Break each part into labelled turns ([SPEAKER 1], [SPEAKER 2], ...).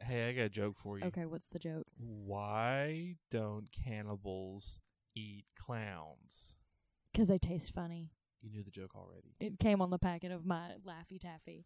[SPEAKER 1] Hey, I got a joke for you.
[SPEAKER 2] Okay, what's the joke?
[SPEAKER 1] Why don't cannibals eat clowns?
[SPEAKER 2] Because they taste funny.
[SPEAKER 1] You knew the joke already.
[SPEAKER 2] It came on the packet of my Laffy Taffy.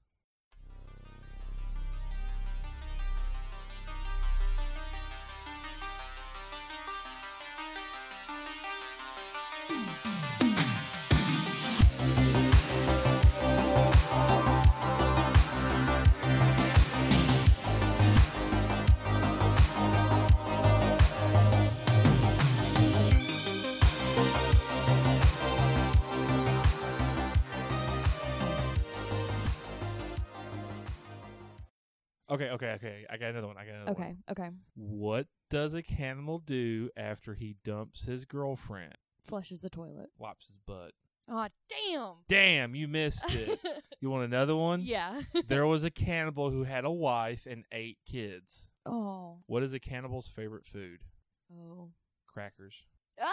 [SPEAKER 1] Okay, okay, okay. I got another one. I got another one.
[SPEAKER 2] Okay, okay.
[SPEAKER 1] What does a cannibal do after he dumps his girlfriend?
[SPEAKER 2] Flushes the toilet.
[SPEAKER 1] Wipes his butt.
[SPEAKER 2] Aw, damn.
[SPEAKER 1] Damn, you missed it. you want another one?
[SPEAKER 2] yeah.
[SPEAKER 1] there was a cannibal who had a wife and eight kids.
[SPEAKER 2] oh.
[SPEAKER 1] What is a cannibal's favorite food?
[SPEAKER 2] Oh.
[SPEAKER 1] Crackers.
[SPEAKER 2] Ah!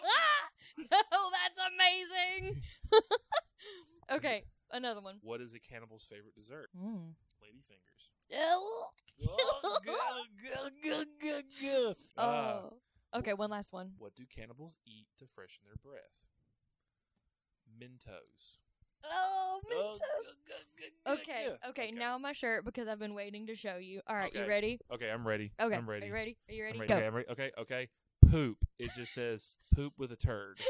[SPEAKER 2] no, that's amazing. okay, another one.
[SPEAKER 1] What is a cannibal's favorite dessert?
[SPEAKER 2] Mm.
[SPEAKER 1] Ladyfingers.
[SPEAKER 2] Oh.
[SPEAKER 1] oh, good, good, good, good.
[SPEAKER 2] Oh.
[SPEAKER 1] Uh,
[SPEAKER 2] okay, one last one.
[SPEAKER 1] what do cannibals eat to freshen their breath? Mentos.
[SPEAKER 2] Oh,
[SPEAKER 1] Oh, good, good, good, good,
[SPEAKER 2] Okay,
[SPEAKER 1] good.
[SPEAKER 2] okay, now my shirt because I've been waiting to show you. All right, you
[SPEAKER 1] Okay.
[SPEAKER 2] ready?
[SPEAKER 1] Okay, I'm ready.
[SPEAKER 2] Okay,
[SPEAKER 1] I'm ready.
[SPEAKER 2] Are you ready? Are you ready?
[SPEAKER 1] I'm ready.
[SPEAKER 2] Go.
[SPEAKER 1] Okay, I'm ready. Okay, okay. Poop. It just says poop with a turd.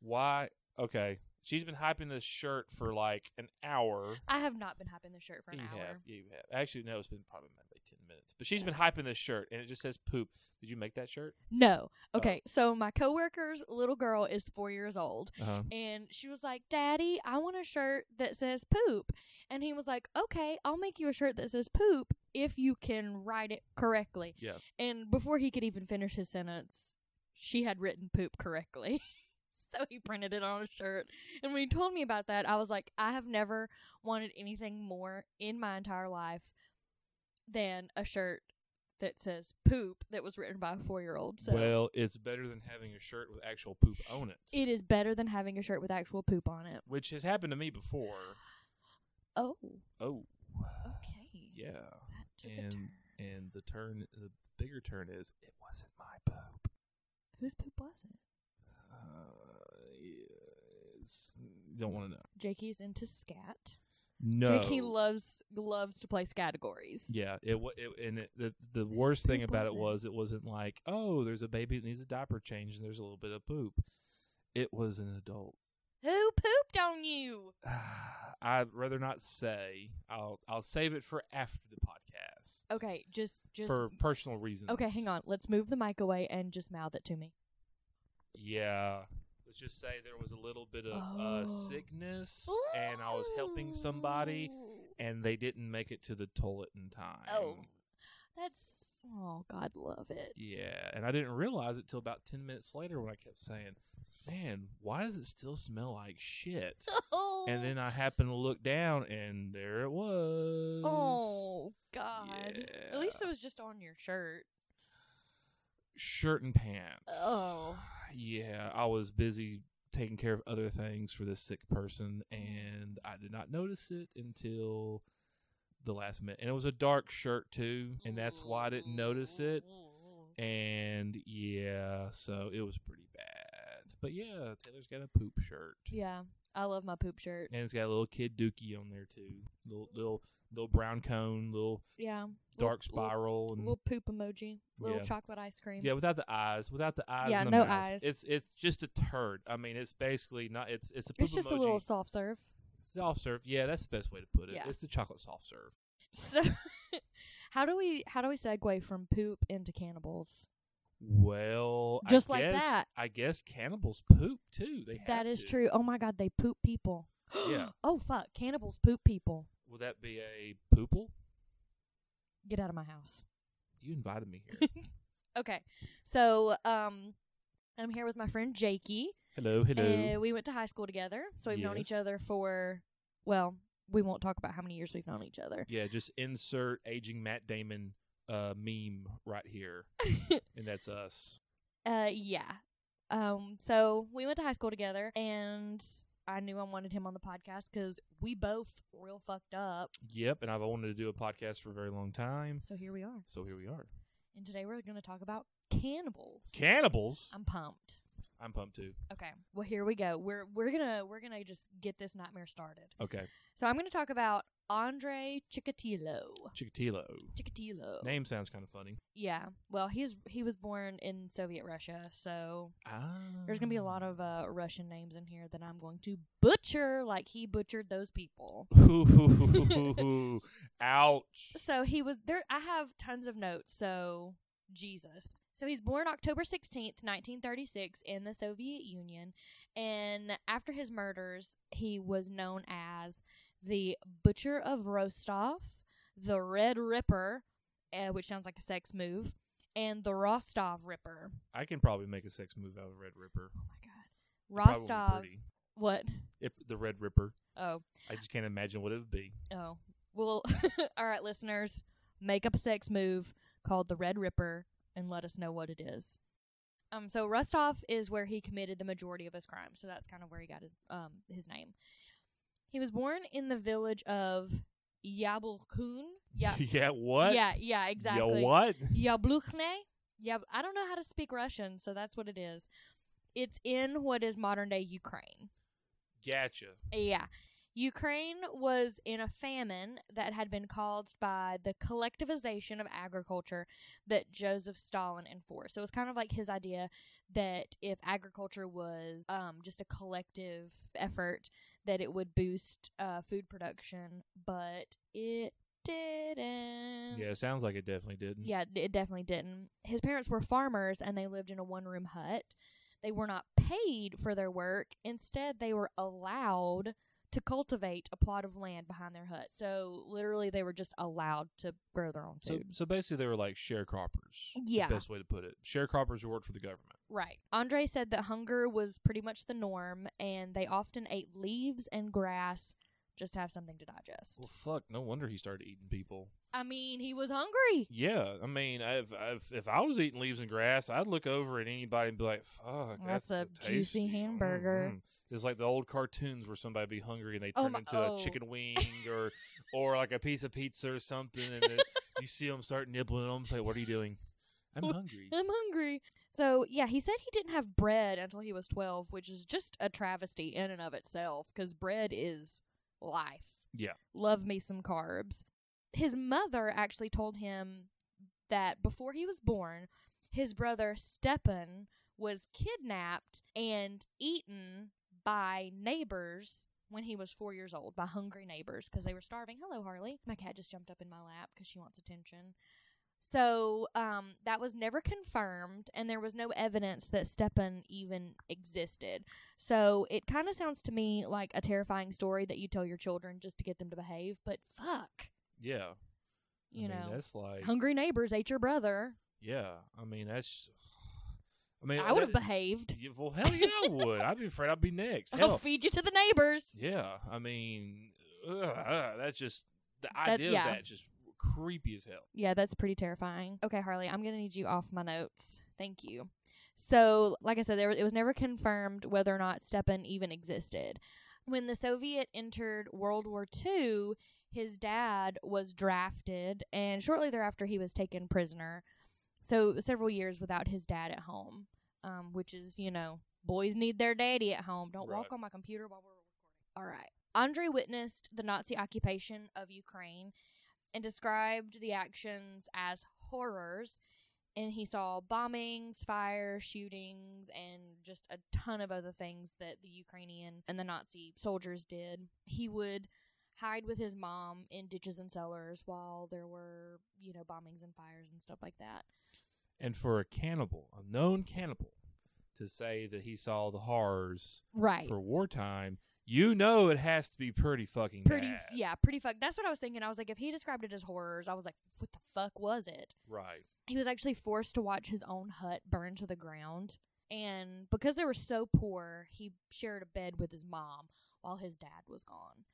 [SPEAKER 1] Why? Okay. She's been hyping this shirt for like an hour.
[SPEAKER 2] I have not been hyping this shirt for an
[SPEAKER 1] you
[SPEAKER 2] hour.
[SPEAKER 1] have. Yeah, you have. Actually, no, it's been probably like 10 minutes. But she's been hyping this shirt and it just says poop. Did you make that shirt?
[SPEAKER 2] No. Okay, so my coworker's little girl is four years old,
[SPEAKER 1] Uh-huh.
[SPEAKER 2] and she was like, "Daddy, I want a shirt that says poop," and he was like, "Okay, I'll make you a shirt that says poop if you can write it correctly."
[SPEAKER 1] Yeah.
[SPEAKER 2] And before he could even finish his sentence, she had written poop correctly. so he printed it on a shirt. And when he told me about that, I was like, I have never wanted anything more in my entire life than a shirt that says poop that was written by a four year old. So
[SPEAKER 1] Well, it's better than having a shirt with actual poop on it,
[SPEAKER 2] it is better than having a shirt with actual poop on it.
[SPEAKER 1] which has happened to me before.
[SPEAKER 2] Oh,
[SPEAKER 1] Oh,
[SPEAKER 2] okay.
[SPEAKER 1] yeah.
[SPEAKER 2] That took a
[SPEAKER 1] And
[SPEAKER 2] turn.
[SPEAKER 1] and the turn, the bigger turn is it wasn't my poop.
[SPEAKER 2] Whose poop was it?
[SPEAKER 1] Uh, yes. Don't want to know.
[SPEAKER 2] Jakey's into scat.
[SPEAKER 1] No.
[SPEAKER 2] Jakey loves loves to play categories.
[SPEAKER 1] Yeah, it, wa it and it, the the worst thing
[SPEAKER 2] poop
[SPEAKER 1] about it was
[SPEAKER 2] was
[SPEAKER 1] it wasn't like oh there's a baby that needs a diaper change and there's a little bit of poop. It was an adult.
[SPEAKER 2] Who pooped on you?
[SPEAKER 1] I'd rather not say. I'll I'll save it for after the podcast.
[SPEAKER 2] Okay, just just
[SPEAKER 1] For personal reasons.
[SPEAKER 2] Okay, hang on. Let's move the mic away and just mouth it to me.
[SPEAKER 1] Yeah. Let's just say there was a little bit of uh,
[SPEAKER 2] Oh.
[SPEAKER 1] sickness, and I was helping somebody, and they didn't make it to the toilet in time.
[SPEAKER 2] Oh. That's oh God love it.
[SPEAKER 1] Yeah, and I didn't realize it till about ten minutes later when I kept saying, "Man, why does it still smell like shit?"
[SPEAKER 2] Oh.
[SPEAKER 1] and then I happened to look down, and there it was.
[SPEAKER 2] Oh God. At least
[SPEAKER 1] Yeah.
[SPEAKER 2] it was just on your shirt.
[SPEAKER 1] shirt and pants.
[SPEAKER 2] Oh.
[SPEAKER 1] yeah, I was busy taking care of other things for this sick person, and I did not notice it until the last minute. And it was a dark shirt too, and that's why I didn't notice it. And yeah, so it was pretty bad. But yeah, Taylor's got a poop shirt.
[SPEAKER 2] Yeah. I love my poop shirt.
[SPEAKER 1] And it's got a little kid dookie on there too. Little little little brown cone, little
[SPEAKER 2] Yeah.
[SPEAKER 1] dark
[SPEAKER 2] Little-
[SPEAKER 1] spiral and
[SPEAKER 2] Little, little poop emoji. Little
[SPEAKER 1] Yeah.
[SPEAKER 2] chocolate ice cream.
[SPEAKER 1] yeah, without the eyes, without the eyes.
[SPEAKER 2] Yeah,
[SPEAKER 1] and the
[SPEAKER 2] no
[SPEAKER 1] mouth.
[SPEAKER 2] eyes.
[SPEAKER 1] It's it's just a turd. I mean, it's basically not. It's it's a poop
[SPEAKER 2] It's just
[SPEAKER 1] emoji.
[SPEAKER 2] a little soft serve.
[SPEAKER 1] soft serve. Yeah, that's the best way to put it.
[SPEAKER 2] Yeah.
[SPEAKER 1] It's the chocolate soft serve.
[SPEAKER 2] So how do we how do we segue from poop into cannibals?
[SPEAKER 1] Well, I
[SPEAKER 2] Just like
[SPEAKER 1] guess-
[SPEAKER 2] that.
[SPEAKER 1] I guess cannibals poop too. They have
[SPEAKER 2] That is
[SPEAKER 1] to.
[SPEAKER 2] true. Oh my god, they poop people.
[SPEAKER 1] Yeah.
[SPEAKER 2] oh fuck, cannibals poop people.
[SPEAKER 1] Will that be a poople?
[SPEAKER 2] Get out of my house.
[SPEAKER 1] You invited me here.
[SPEAKER 2] Okay. So, um I'm here with my friend Jakey.
[SPEAKER 1] hello, hello.
[SPEAKER 2] And we went to high school together. So we've known each
[SPEAKER 1] Yes.
[SPEAKER 2] other for well, we won't talk about how many years we've known each other.
[SPEAKER 1] Yeah, just insert aging Matt Damon uh, meme right here, and that's us.
[SPEAKER 2] Uh yeah. Um so we went to high school together and I knew I wanted him on the podcast because we both real fucked up.
[SPEAKER 1] Yep, and I've wanted to do a podcast for a very long time.
[SPEAKER 2] So here we are.
[SPEAKER 1] So here we are.
[SPEAKER 2] And today we're going to talk about cannibals.
[SPEAKER 1] Cannibals.
[SPEAKER 2] I'm pumped.
[SPEAKER 1] I'm pumped too.
[SPEAKER 2] Okay. Well, here we go. We're we're going to we're going to just get this nightmare started.
[SPEAKER 1] Okay.
[SPEAKER 2] So I'm going to talk about Andre Chikatilo.
[SPEAKER 1] Chikatilo.
[SPEAKER 2] Chikatilo.
[SPEAKER 1] Name sounds kind of funny.
[SPEAKER 2] Yeah. Well, he's he was born in Soviet Russia, so
[SPEAKER 1] Ah.
[SPEAKER 2] there's going to be a lot of uh, Russian names in here that I'm going to butcher like he butchered those people.
[SPEAKER 1] Ooh, Ouch.
[SPEAKER 2] So he was there. I have tons of notes. So Jesus. So he's born October 16th, 1936, in the Soviet Union. And after his murders, he was known as the Butcher of Rostov, the Red Ripper, uh, which sounds like a sex move, and the Rostov Ripper.
[SPEAKER 1] I can probably make a sex move out of Red Ripper.
[SPEAKER 2] Oh my God.
[SPEAKER 1] Probably
[SPEAKER 2] Rostov.
[SPEAKER 1] pretty.
[SPEAKER 2] What?
[SPEAKER 1] If the Red Ripper.
[SPEAKER 2] Oh,
[SPEAKER 1] I just can't imagine what it would be.
[SPEAKER 2] Oh. Well, all right, listeners, make up a sex move called the Red Ripper and let us know what it is. Um, so Rostov is where he committed the majority of his crimes, so that's kind of where he got his um his name. He was born in the village of Yablokun. Yeah,
[SPEAKER 1] yeah. What?
[SPEAKER 2] yeah, yeah, exactly.
[SPEAKER 1] Yeah. What?
[SPEAKER 2] Yabluchne? Yab- I don't know how to speak Russian, so that's what it is. It's in what is modern day Ukraine.
[SPEAKER 1] Gotcha.
[SPEAKER 2] Yeah. Ukraine was in a famine that had been caused by the collectivization of agriculture that Joseph Stalin enforced. So it was kind of like his idea that if agriculture was um, just a collective effort, that it would boost uh, food production, but it didn't.
[SPEAKER 1] Yeah. It sounds like it definitely didn't.
[SPEAKER 2] Yeah, d- it definitely didn't. His parents were farmers and they lived in a one room hut. They were not paid for their work. Instead, they were allowed to cultivate a plot of land behind their hut. So, literally, they were just allowed to grow their own
[SPEAKER 1] So,
[SPEAKER 2] food.
[SPEAKER 1] so basically, they were like sharecroppers.
[SPEAKER 2] yeah.
[SPEAKER 1] Best way to put it. Sharecroppers who worked for the government.
[SPEAKER 2] Right. Andre said that hunger was pretty much the norm and they often ate leaves and grass just to have something to digest.
[SPEAKER 1] Well, fuck. No wonder he started eating people.
[SPEAKER 2] I mean, he was hungry.
[SPEAKER 1] Yeah, I mean, if if, if I was eating leaves and grass, I'd look over at anybody and be like, "Fuck, that's,
[SPEAKER 2] That's a
[SPEAKER 1] tasty.
[SPEAKER 2] juicy hamburger."
[SPEAKER 1] Mhm. It's like the old cartoons where somebody be hungry and they
[SPEAKER 2] Oh
[SPEAKER 1] turn
[SPEAKER 2] my-
[SPEAKER 1] into
[SPEAKER 2] oh.
[SPEAKER 1] a chicken wing or or like a piece of pizza or something, and then you see them start nibbling on them. Say, "What are you doing? I'm hungry."
[SPEAKER 2] I'm hungry. So, yeah, he said he didn't have bread until he was 12, which is just a travesty in and of itself because bread is life.
[SPEAKER 1] Yeah.
[SPEAKER 2] Love me some carbs. His mother actually told him that before he was born, his brother Stepan was kidnapped and eaten by neighbors when he was four years old by hungry neighbors because they were starving. Hello, Harley. My cat just jumped up in my lap because she wants attention. So um, that was never confirmed, and there was no evidence that Stepan even existed. So it kind of sounds to me like a terrifying story that you tell your children just to get them to behave. But fuck,
[SPEAKER 1] Yeah,
[SPEAKER 2] you
[SPEAKER 1] I mean,
[SPEAKER 2] know,
[SPEAKER 1] that's like,
[SPEAKER 2] hungry neighbors ate your brother.
[SPEAKER 1] yeah, I mean, that's, I mean,
[SPEAKER 2] I would have
[SPEAKER 1] that-
[SPEAKER 2] behaved.
[SPEAKER 1] Yeah, Well, hell yeah, I would. I'd be afraid I'd be next.
[SPEAKER 2] I'll
[SPEAKER 1] Hell,
[SPEAKER 2] feed you to the neighbors.
[SPEAKER 1] Yeah, I mean, ugh, ugh, that's just the
[SPEAKER 2] That-
[SPEAKER 1] idea
[SPEAKER 2] yeah.
[SPEAKER 1] of that just creepy as hell.
[SPEAKER 2] Yeah, that's pretty terrifying. Okay, Harley, I'm going to need you off my notes. Thank you. So, like I said, there it was never confirmed whether or not Stepan even existed. When the Soviet entered World War II, his dad was drafted, and shortly thereafter, he was taken prisoner. So, several years without his dad at home, um, which is, you know, boys need their daddy at home. Don't walk
[SPEAKER 1] Right.
[SPEAKER 2] on my computer while we're recording. All right. Andre witnessed the Nazi occupation of Ukraine and described the actions as horrors. And he saw bombings, fire, shootings, and just a ton of other things that the Ukrainian and the Nazi soldiers did. He would hide with his mom in ditches and cellars while there were, you know, bombings and fires and stuff like that.
[SPEAKER 1] And for a cannibal, a known cannibal, to say that he saw the horrors
[SPEAKER 2] Right.
[SPEAKER 1] for wartime, you know it has to be pretty fucking
[SPEAKER 2] Pretty,
[SPEAKER 1] bad.
[SPEAKER 2] yeah, pretty fuck. That's what I was thinking. I was like, if he described it as horrors, I was like, what the fuck was it?
[SPEAKER 1] Right.
[SPEAKER 2] he was actually forced to watch his own hut burn to the ground. And because they were so poor, he shared a bed with his mom while his dad was gone.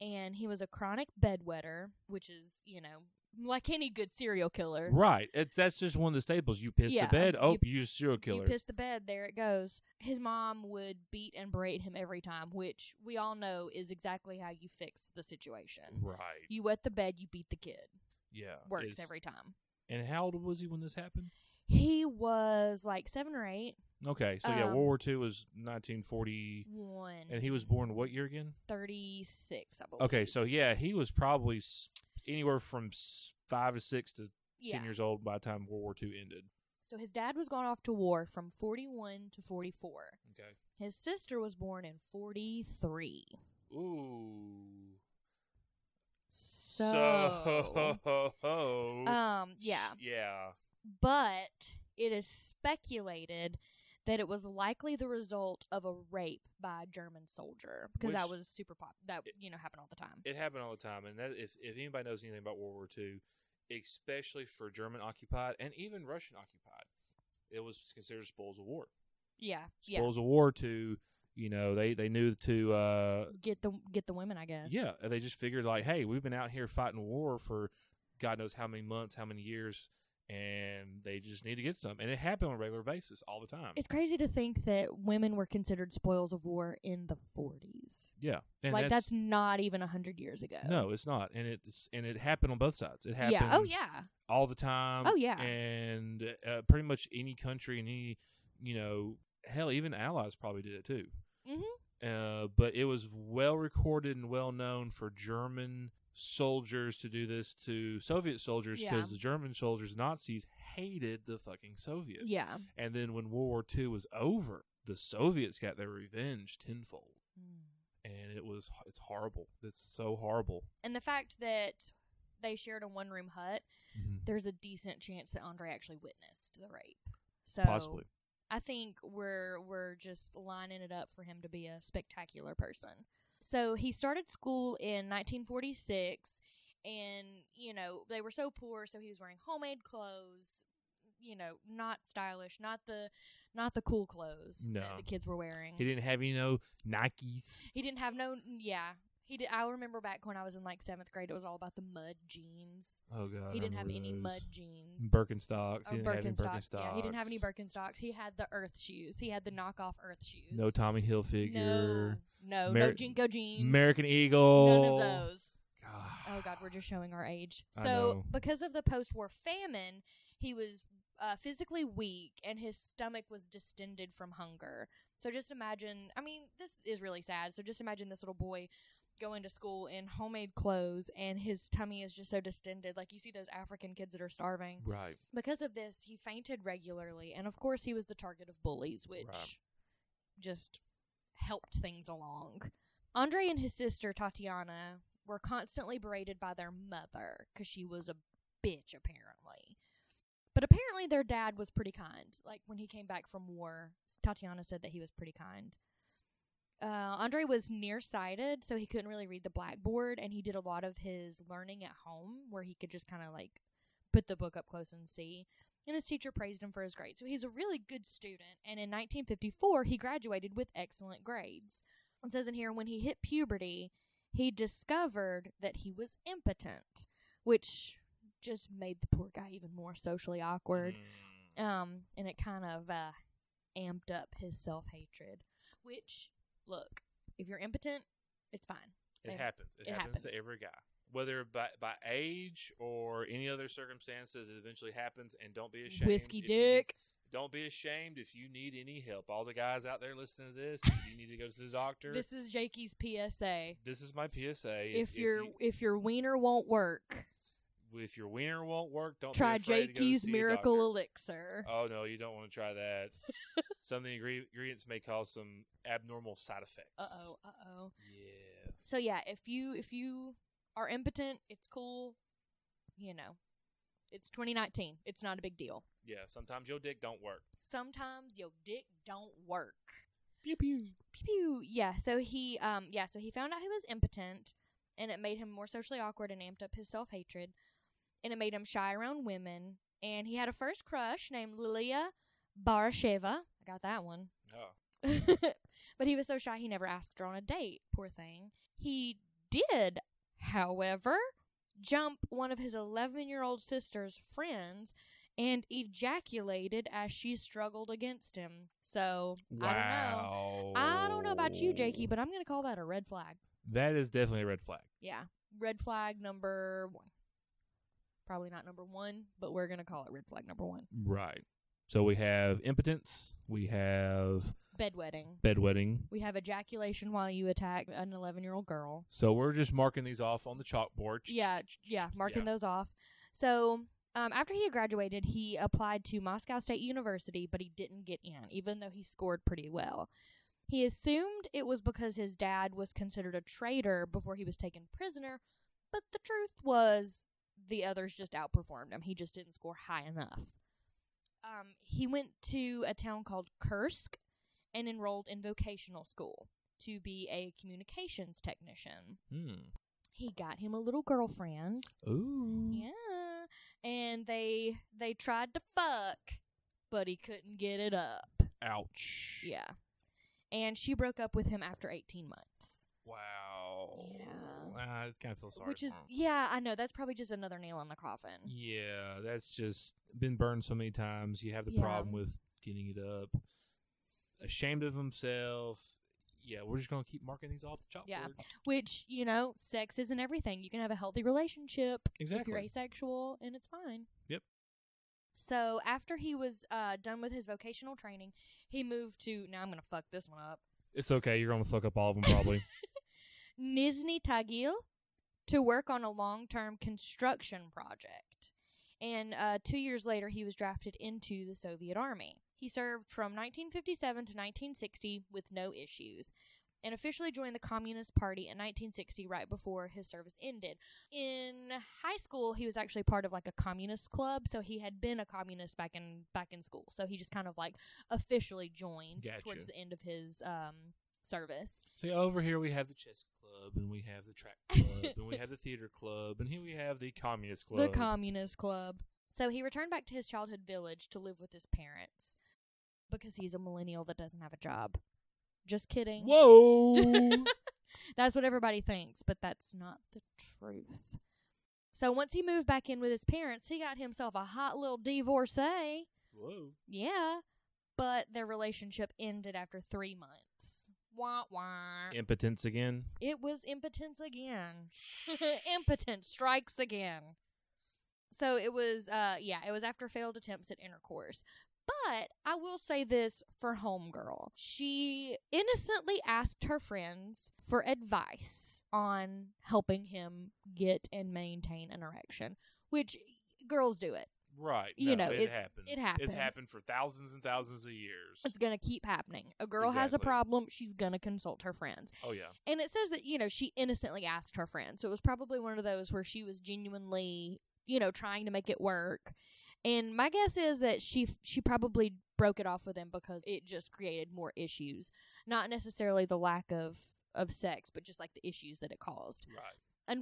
[SPEAKER 2] And he was a chronic bedwetter, which is, you know, like any good serial killer.
[SPEAKER 1] Right. It, that's just one of the staples. You piss
[SPEAKER 2] Yeah,
[SPEAKER 1] the bed. Oh,
[SPEAKER 2] you-
[SPEAKER 1] you, are a serial killer.
[SPEAKER 2] You piss the bed, there it goes. His mom would beat and berate him every time, which we all know is exactly how you fix the situation.
[SPEAKER 1] right.
[SPEAKER 2] You wet the bed, you beat the kid.
[SPEAKER 1] Yeah.
[SPEAKER 2] Works
[SPEAKER 1] it's-
[SPEAKER 2] every time.
[SPEAKER 1] And how old was he when this happened?
[SPEAKER 2] He was like seven or eight.
[SPEAKER 1] Okay. So yeah,
[SPEAKER 2] Um, mm.
[SPEAKER 1] World War II was 1940,
[SPEAKER 2] One.
[SPEAKER 1] and he was born what year again?
[SPEAKER 2] 36, I believe.
[SPEAKER 1] Okay. So yeah, he was probably s- anywhere from s- five to six to
[SPEAKER 2] yeah.
[SPEAKER 1] ten years old by the time World War II ended.
[SPEAKER 2] So his dad was gone off to war from 41 to 44.
[SPEAKER 1] Okay.
[SPEAKER 2] His sister was born in 43.
[SPEAKER 1] Ooh.
[SPEAKER 2] So. Um, yeah.
[SPEAKER 1] Yeah.
[SPEAKER 2] But it is speculated that it was likely the result of a rape by a German soldier because that
[SPEAKER 1] Which-
[SPEAKER 2] was super pop. That, you know, happened all the time.
[SPEAKER 1] It happened all the time, and that, if if anybody knows anything about World War II, especially for German occupied and even Russian occupied, it was considered spoils of war.
[SPEAKER 2] yeah. Yeah.
[SPEAKER 1] Spoils of war to you know they they knew to uh
[SPEAKER 2] Get the get the women, I guess.
[SPEAKER 1] yeah and they just figured like hey we've been out here fighting war for God knows how many months how many years and they just need to get some and it happened on a regular basis all the time
[SPEAKER 2] It's crazy to think that women were considered spoils of war in the 40s.
[SPEAKER 1] yeah and
[SPEAKER 2] like that's, not even a hundred years ago.
[SPEAKER 1] no it's not and it's and it happened on both sides it happened
[SPEAKER 2] Yeah. Oh yeah.
[SPEAKER 1] all the time.
[SPEAKER 2] Oh, yeah.
[SPEAKER 1] and uh, pretty much any country and any you know hell even allies probably did it too.
[SPEAKER 2] Mhm.
[SPEAKER 1] Uh, but it was well recorded and well known for German soldiers to do this to Soviet soldiers
[SPEAKER 2] Yeah.
[SPEAKER 1] because the German soldiers Nazis hated the fucking Soviets.
[SPEAKER 2] Yeah.
[SPEAKER 1] and then when World War II was over, the Soviets got their revenge tenfold.
[SPEAKER 2] Hmm.
[SPEAKER 1] And it was it's horrible. It's so horrible.
[SPEAKER 2] And the fact that they shared a one room hut,
[SPEAKER 1] Mm-hmm.
[SPEAKER 2] there's a decent chance that Andre actually witnessed the rape. So
[SPEAKER 1] Possibly.
[SPEAKER 2] I think we're we're just lining it up for him to be a spectacular person. So he started school in 1946 and you know, they were so poor so he was wearing homemade clothes, you know, not stylish, not the not the cool clothes
[SPEAKER 1] No.
[SPEAKER 2] that the kids were wearing.
[SPEAKER 1] He didn't have any no Nikes.
[SPEAKER 2] He didn't have no yeah. He did, I remember back when I was in like seventh grade, it was all about the mud jeans.
[SPEAKER 1] Oh god,
[SPEAKER 2] he
[SPEAKER 1] I
[SPEAKER 2] didn't have
[SPEAKER 1] remember
[SPEAKER 2] any
[SPEAKER 1] those.
[SPEAKER 2] mud jeans.
[SPEAKER 1] Birkenstocks.
[SPEAKER 2] or
[SPEAKER 1] He didn't have any Birkenstocks.
[SPEAKER 2] Yeah, he didn't have any Birkenstocks. He had the Earth shoes. He had the knockoff Earth shoes.
[SPEAKER 1] No Tommy
[SPEAKER 2] no,
[SPEAKER 1] Hilfiger.
[SPEAKER 2] no, no
[SPEAKER 1] Mer-
[SPEAKER 2] Jinko jeans.
[SPEAKER 1] American
[SPEAKER 2] None
[SPEAKER 1] Eagle.
[SPEAKER 2] of those.
[SPEAKER 1] God.
[SPEAKER 2] Oh God, we're just showing our age.
[SPEAKER 1] I
[SPEAKER 2] So
[SPEAKER 1] know.
[SPEAKER 2] because of the post-war famine, he was uh, physically weak and his stomach was distended from hunger. So just imagine. I mean, this is really sad. So just imagine this little boy going to school in homemade clothes and his tummy is just so distended. Like you see those African kids that are starving.
[SPEAKER 1] Right.
[SPEAKER 2] Because of this, he fainted regularly, and of course, he was the target of bullies, which
[SPEAKER 1] Right.
[SPEAKER 2] just helped things along. Andre and his sister Tatiana were constantly berated by their mother because she was a bitch, apparently. But apparently, their dad was pretty kind. Like when he came back from war, Tatiana said that he was pretty kind. Uh, Andre was nearsighted, so he couldn't really read the blackboard, and he did a lot of his learning at home where he could just kind of like put the book up close and see. And his teacher praised him for his grades. So he's a really good student. And in 1954, he graduated with excellent grades. It says in here when he hit puberty, he discovered that he was impotent, which just made the poor guy even more socially awkward.
[SPEAKER 1] Mm.
[SPEAKER 2] Um, and it kind of uh, amped up his self hatred. Which, look, if you're impotent, it's fine.
[SPEAKER 1] It happens. It,
[SPEAKER 2] it
[SPEAKER 1] happens,
[SPEAKER 2] happens.
[SPEAKER 1] to every guy. Whether by, by age or any other circumstances, it eventually happens. And don't be ashamed.
[SPEAKER 2] Whiskey
[SPEAKER 1] if you need-
[SPEAKER 2] dick.
[SPEAKER 1] don't be ashamed if you need any help. All the guys out there listening to this, if you need to go to the doctor,
[SPEAKER 2] This is Jakey's PSA.
[SPEAKER 1] this is my PSA.
[SPEAKER 2] If, your
[SPEAKER 1] you-
[SPEAKER 2] if your wiener won't work,
[SPEAKER 1] if your wiener won't work, don't
[SPEAKER 2] try
[SPEAKER 1] be afraid to go
[SPEAKER 2] Jakey's
[SPEAKER 1] see a
[SPEAKER 2] Miracle
[SPEAKER 1] doctor.
[SPEAKER 2] Elixir.
[SPEAKER 1] Oh no, you don't want to try that. some of the ingre- ingredients may cause some abnormal side effects.
[SPEAKER 2] Uh oh, uh oh.
[SPEAKER 1] Yeah.
[SPEAKER 2] So yeah, if you if you are impotent, it's cool. You know, it's 2019. It's not a big deal.
[SPEAKER 1] Yeah. Sometimes your dick don't work.
[SPEAKER 2] Sometimes your dick don't work.
[SPEAKER 1] Pew pew.
[SPEAKER 2] Pew pew. Yeah. So he um yeah so he found out he was impotent, and it made him more socially awkward and amped up his self hatred, and it made him shy around women. And he had a first crush named Lilia Barasheva. I got that one.
[SPEAKER 1] Oh.
[SPEAKER 2] but he was so shy he never asked her on a date, poor thing. He did, however, jump one of his 11 year old sister's friends and ejaculated as she struggled against him. So, I don't
[SPEAKER 1] Wow.
[SPEAKER 2] know. I don't know about you, Jakey, but I'm going to call that a red flag.
[SPEAKER 1] that is definitely a red flag.
[SPEAKER 2] Yeah. Red flag number one. Probably not number one, but we're going to call it red flag number one.
[SPEAKER 1] Right. So we have impotence, we have
[SPEAKER 2] Bedwetting.
[SPEAKER 1] bedwetting.
[SPEAKER 2] We have ejaculation while you attack an 11 year old girl.
[SPEAKER 1] So we're just marking these off on the chalkboard.
[SPEAKER 2] yeah, yeah, marking those off. So um, after he graduated, he applied to Moscow State University, but he didn't get in, even though he scored pretty well. He assumed it was because his dad was considered a traitor before he was taken prisoner, but the truth was the others just outperformed him. He just didn't score high enough. Um, he went to a town called Kursk and enrolled in vocational school to be a communications technician.
[SPEAKER 1] Hmm.
[SPEAKER 2] He got him a little girlfriend.
[SPEAKER 1] Ooh.
[SPEAKER 2] Yeah. And they they tried to fuck, but he couldn't get it up.
[SPEAKER 1] Ouch.
[SPEAKER 2] Yeah. And she broke up with him after 18 months.
[SPEAKER 1] Wow.
[SPEAKER 2] Yeah.
[SPEAKER 1] Ah, I kind of feel sorry.
[SPEAKER 2] Which is
[SPEAKER 1] for 'em.
[SPEAKER 2] yeah, I know that's probably just another nail in the coffin.
[SPEAKER 1] Yeah, that's just been burned so many times. You have the
[SPEAKER 2] Yeah.
[SPEAKER 1] problem with getting it up. Ashamed of himself. Yeah, we're just gonna keep marking these off the chalkboard.
[SPEAKER 2] Yeah. Which, you know, sex isn't everything. You can have a healthy relationship if
[SPEAKER 1] Exactly.
[SPEAKER 2] you're asexual and it's fine.
[SPEAKER 1] Yep.
[SPEAKER 2] So after he was uh, done with his vocational training, he moved to now I'm gonna fuck this one up.
[SPEAKER 1] It's okay. You're gonna fuck up all of them probably.
[SPEAKER 2] Nizhny Tagil to work on a long term construction project. And uh, two years later, he was drafted into the Soviet Army. He served from 1957 to 1960 with no issues and officially joined the Communist Party in 1960, right before his service ended. In high school, he was actually part of like a communist club, so he had been a communist back in back in school. So he just kind of like officially joined
[SPEAKER 1] Gotcha.
[SPEAKER 2] towards the end of his um, service.
[SPEAKER 1] so yeah, over here we have the chess club, and we have the track club, and we have the theater club, and here we have the communist club.
[SPEAKER 2] The Communist Club. So he returned back to his childhood village to live with his parents because he's a millennial that doesn't have a job. Just kidding.
[SPEAKER 1] Whoa.
[SPEAKER 2] That's what everybody thinks, but that's not the truth. So once he moved back in with his parents, he got himself a hot little divorcee.
[SPEAKER 1] Whoa.
[SPEAKER 2] Yeah. But their relationship ended after three months. Wah wah.
[SPEAKER 1] Impotence again.
[SPEAKER 2] It was impotence again. impotence strikes again. So it was, uh, yeah, it was after failed attempts at intercourse. But I will say this for Homegirl. She innocently asked her friends for advice on helping him get and maintain an erection, which girls do it.
[SPEAKER 1] Right.
[SPEAKER 2] You
[SPEAKER 1] no,
[SPEAKER 2] know,
[SPEAKER 1] it,
[SPEAKER 2] it-
[SPEAKER 1] happens.
[SPEAKER 2] it happens.
[SPEAKER 1] It's happened for thousands and thousands of years.
[SPEAKER 2] It's going to keep happening. A girl has a
[SPEAKER 1] Exactly.
[SPEAKER 2] problem, she's going to consult her friends.
[SPEAKER 1] oh yeah.
[SPEAKER 2] and it says that you know she innocently asked her friend so it was probably one of those where she was genuinely you know trying to make it work and my guess is that she she probably broke it off with him because it just created more issues not necessarily the lack of of sex but just like the issues that it caused
[SPEAKER 1] Right.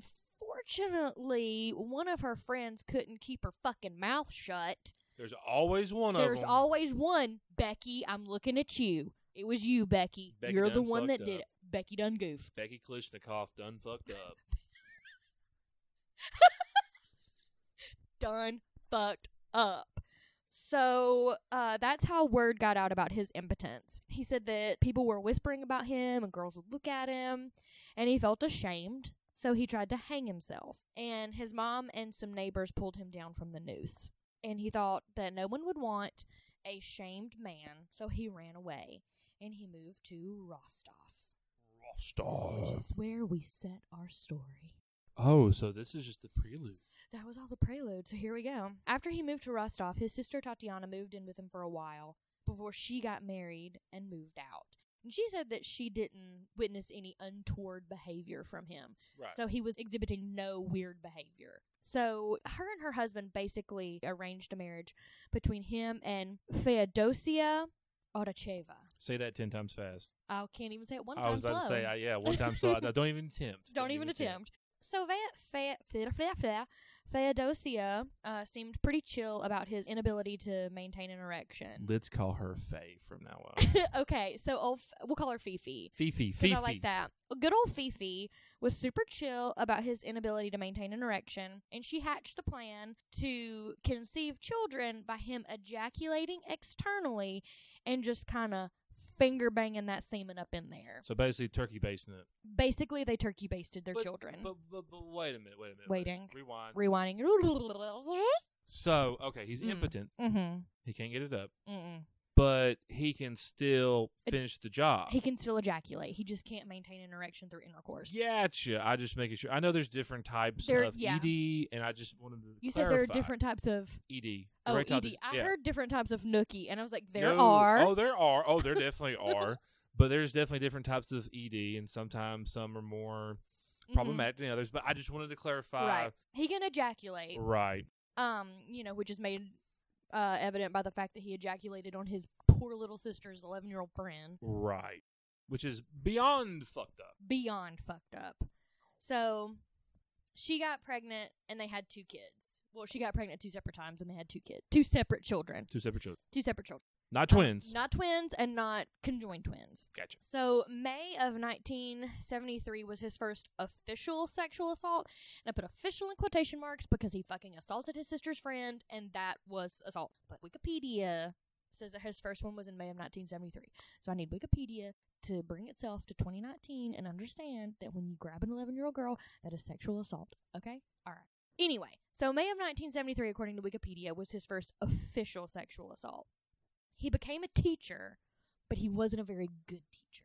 [SPEAKER 2] unfortunately one of her friends couldn't keep her fucking mouth shut
[SPEAKER 1] There's always one of
[SPEAKER 2] there's
[SPEAKER 1] them.
[SPEAKER 2] always one becky i'm looking at you it was you becky,
[SPEAKER 1] Becky
[SPEAKER 2] you're the
[SPEAKER 1] done
[SPEAKER 2] one that
[SPEAKER 1] fucked
[SPEAKER 2] did
[SPEAKER 1] up.
[SPEAKER 2] it becky done goofed
[SPEAKER 1] Becky Klishnikov done fucked up.
[SPEAKER 2] done fucked up. So uh, that's how word got out about his impotence. He said that people were whispering about him and girls would look at him, and he felt ashamed. So he tried to hang himself, and his mom and some neighbors pulled him down from the noose. And he thought that no one would want a shamed man, so he ran away and he moved to Rostov, which
[SPEAKER 1] Rostov.
[SPEAKER 2] is where we set our story.
[SPEAKER 1] Oh, so this is just the prelude.
[SPEAKER 2] That was all the prelude, so here we go. After he moved to Rostov, his sister Tatiana moved in with him for a while before she got married and moved out. And she said that she didn't witness any untoward behavior from him.
[SPEAKER 1] Right.
[SPEAKER 2] So he was exhibiting no weird behavior. So her and her husband basically arranged a marriage between him and Feodosia Oracheva.
[SPEAKER 1] say that ten times fast.
[SPEAKER 2] I can't even say it one
[SPEAKER 1] I
[SPEAKER 2] time
[SPEAKER 1] was about
[SPEAKER 2] slow.
[SPEAKER 1] to say, uh, I, yeah, one time slow. No, don't even attempt.
[SPEAKER 2] Don't even attempt. So Fe- Fe- Fe- Fe- Fe- Theodosia uh, seemed pretty chill about his inability to maintain an erection. Uh,
[SPEAKER 1] Let's call her Faye from now on.
[SPEAKER 2] okay, so old F- we'll call her Fifi.
[SPEAKER 1] Fifi,
[SPEAKER 2] Because
[SPEAKER 1] Fifi.
[SPEAKER 2] I like that. Good old Fifi was super chill about his inability to maintain an erection, and she hatched the plan to conceive children by him ejaculating externally and just kind of finger banging that semen up in there.
[SPEAKER 1] So basically, turkey basing it.
[SPEAKER 2] Basically, they turkey basted their
[SPEAKER 1] But-
[SPEAKER 2] children.
[SPEAKER 1] But, but, but wait a minute, wait a minute.
[SPEAKER 2] Waiting.
[SPEAKER 1] Rewind.
[SPEAKER 2] Rewinding.
[SPEAKER 1] so, okay, he's
[SPEAKER 2] Mm.
[SPEAKER 1] impotent.
[SPEAKER 2] mm-hmm.
[SPEAKER 1] He can't get it up,
[SPEAKER 2] Mm-mm.
[SPEAKER 1] but he can still
[SPEAKER 2] It-
[SPEAKER 1] finish the job.
[SPEAKER 2] He can still ejaculate. He just can't maintain an erection through intercourse.
[SPEAKER 1] Gotcha. I just making sure. I know there's different types
[SPEAKER 2] There-
[SPEAKER 1] of
[SPEAKER 2] yeah.
[SPEAKER 1] ED, and I just wanted to.
[SPEAKER 2] You said there are
[SPEAKER 1] clarify. E
[SPEAKER 2] different types of
[SPEAKER 1] ED.
[SPEAKER 2] oh
[SPEAKER 1] Erectile
[SPEAKER 2] ED.
[SPEAKER 1] dis-
[SPEAKER 2] I
[SPEAKER 1] yeah.
[SPEAKER 2] heard different types of nookie, and I was like, there
[SPEAKER 1] No.
[SPEAKER 2] are.
[SPEAKER 1] Oh, there are. Oh, there definitely are. But there's definitely different types of ED, and sometimes some are more
[SPEAKER 2] Mhm.
[SPEAKER 1] problematic than others. But I just wanted to clarify.
[SPEAKER 2] Right. He can ejaculate.
[SPEAKER 1] Right.
[SPEAKER 2] Um, you know, which is made uh, evident by the fact that he ejaculated on his poor little sister's eleven-year-old friend.
[SPEAKER 1] Right. Which is beyond fucked up.
[SPEAKER 2] Beyond fucked up. So she got pregnant, and they had two kids. Well, she got pregnant two separate times, and they had two kids, two separate children,
[SPEAKER 1] Two separate children,
[SPEAKER 2] two separate children.
[SPEAKER 1] not twins.
[SPEAKER 2] Not twins, and not conjoined twins.
[SPEAKER 1] Gotcha.
[SPEAKER 2] So May of 1973 was his first official sexual assault, and I put official in quotation marks because he fucking assaulted his sister's friend, and that was assault. But Wikipedia says that his first one was in May of 1973. So I need Wikipedia to bring itself to 2019 and understand that when you grab an 11 year old girl, that is sexual assault. Okay, all right. Anyway, so May of 1973, according to Wikipedia, was his first official sexual assault. He became a teacher but he wasn't a very good teacher.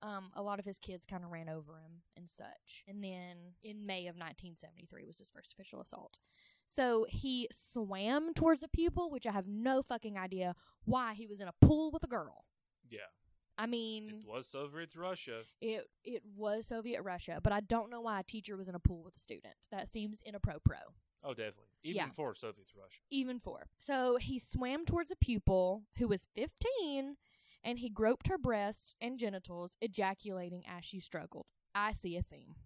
[SPEAKER 2] Um, a lot of his kids kind of ran over him and such. And then in May of 1973 was his first official assault. So he swam towards a pupil, which I have no fucking idea why he was in a pool with a girl.
[SPEAKER 1] Yeah.
[SPEAKER 2] I
[SPEAKER 1] It
[SPEAKER 2] mean,
[SPEAKER 1] was Soviet Russia.
[SPEAKER 2] it it was Soviet Russia, but I don't know why a teacher was in a pool with a student. That seems inappropriate
[SPEAKER 1] Oh, definitely. Even
[SPEAKER 2] Yeah.
[SPEAKER 1] for Soviet Russia.
[SPEAKER 2] even four. So he swam towards a pupil who was 15 and he groped her breasts and genitals, ejaculating as she struggled. I see a theme.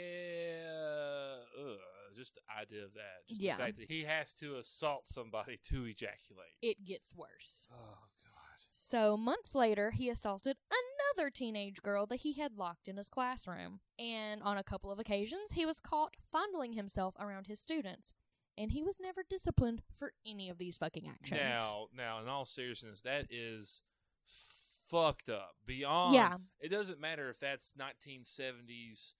[SPEAKER 1] Yeah. Ugh, just the idea of that. Just
[SPEAKER 2] Yeah.
[SPEAKER 1] the fact that he has to assault somebody to ejaculate.
[SPEAKER 2] It gets worse.
[SPEAKER 1] oh, God.
[SPEAKER 2] So months later, he assaulted another teenage girl that he had locked in his classroom. And on a couple of occasions, he was caught fondling himself around his students. And he was never disciplined for any of these fucking actions.
[SPEAKER 1] Now, now, in all seriousness, that is fucked up. Beyond.
[SPEAKER 2] yeah.
[SPEAKER 1] It doesn't matter if that's 1970s,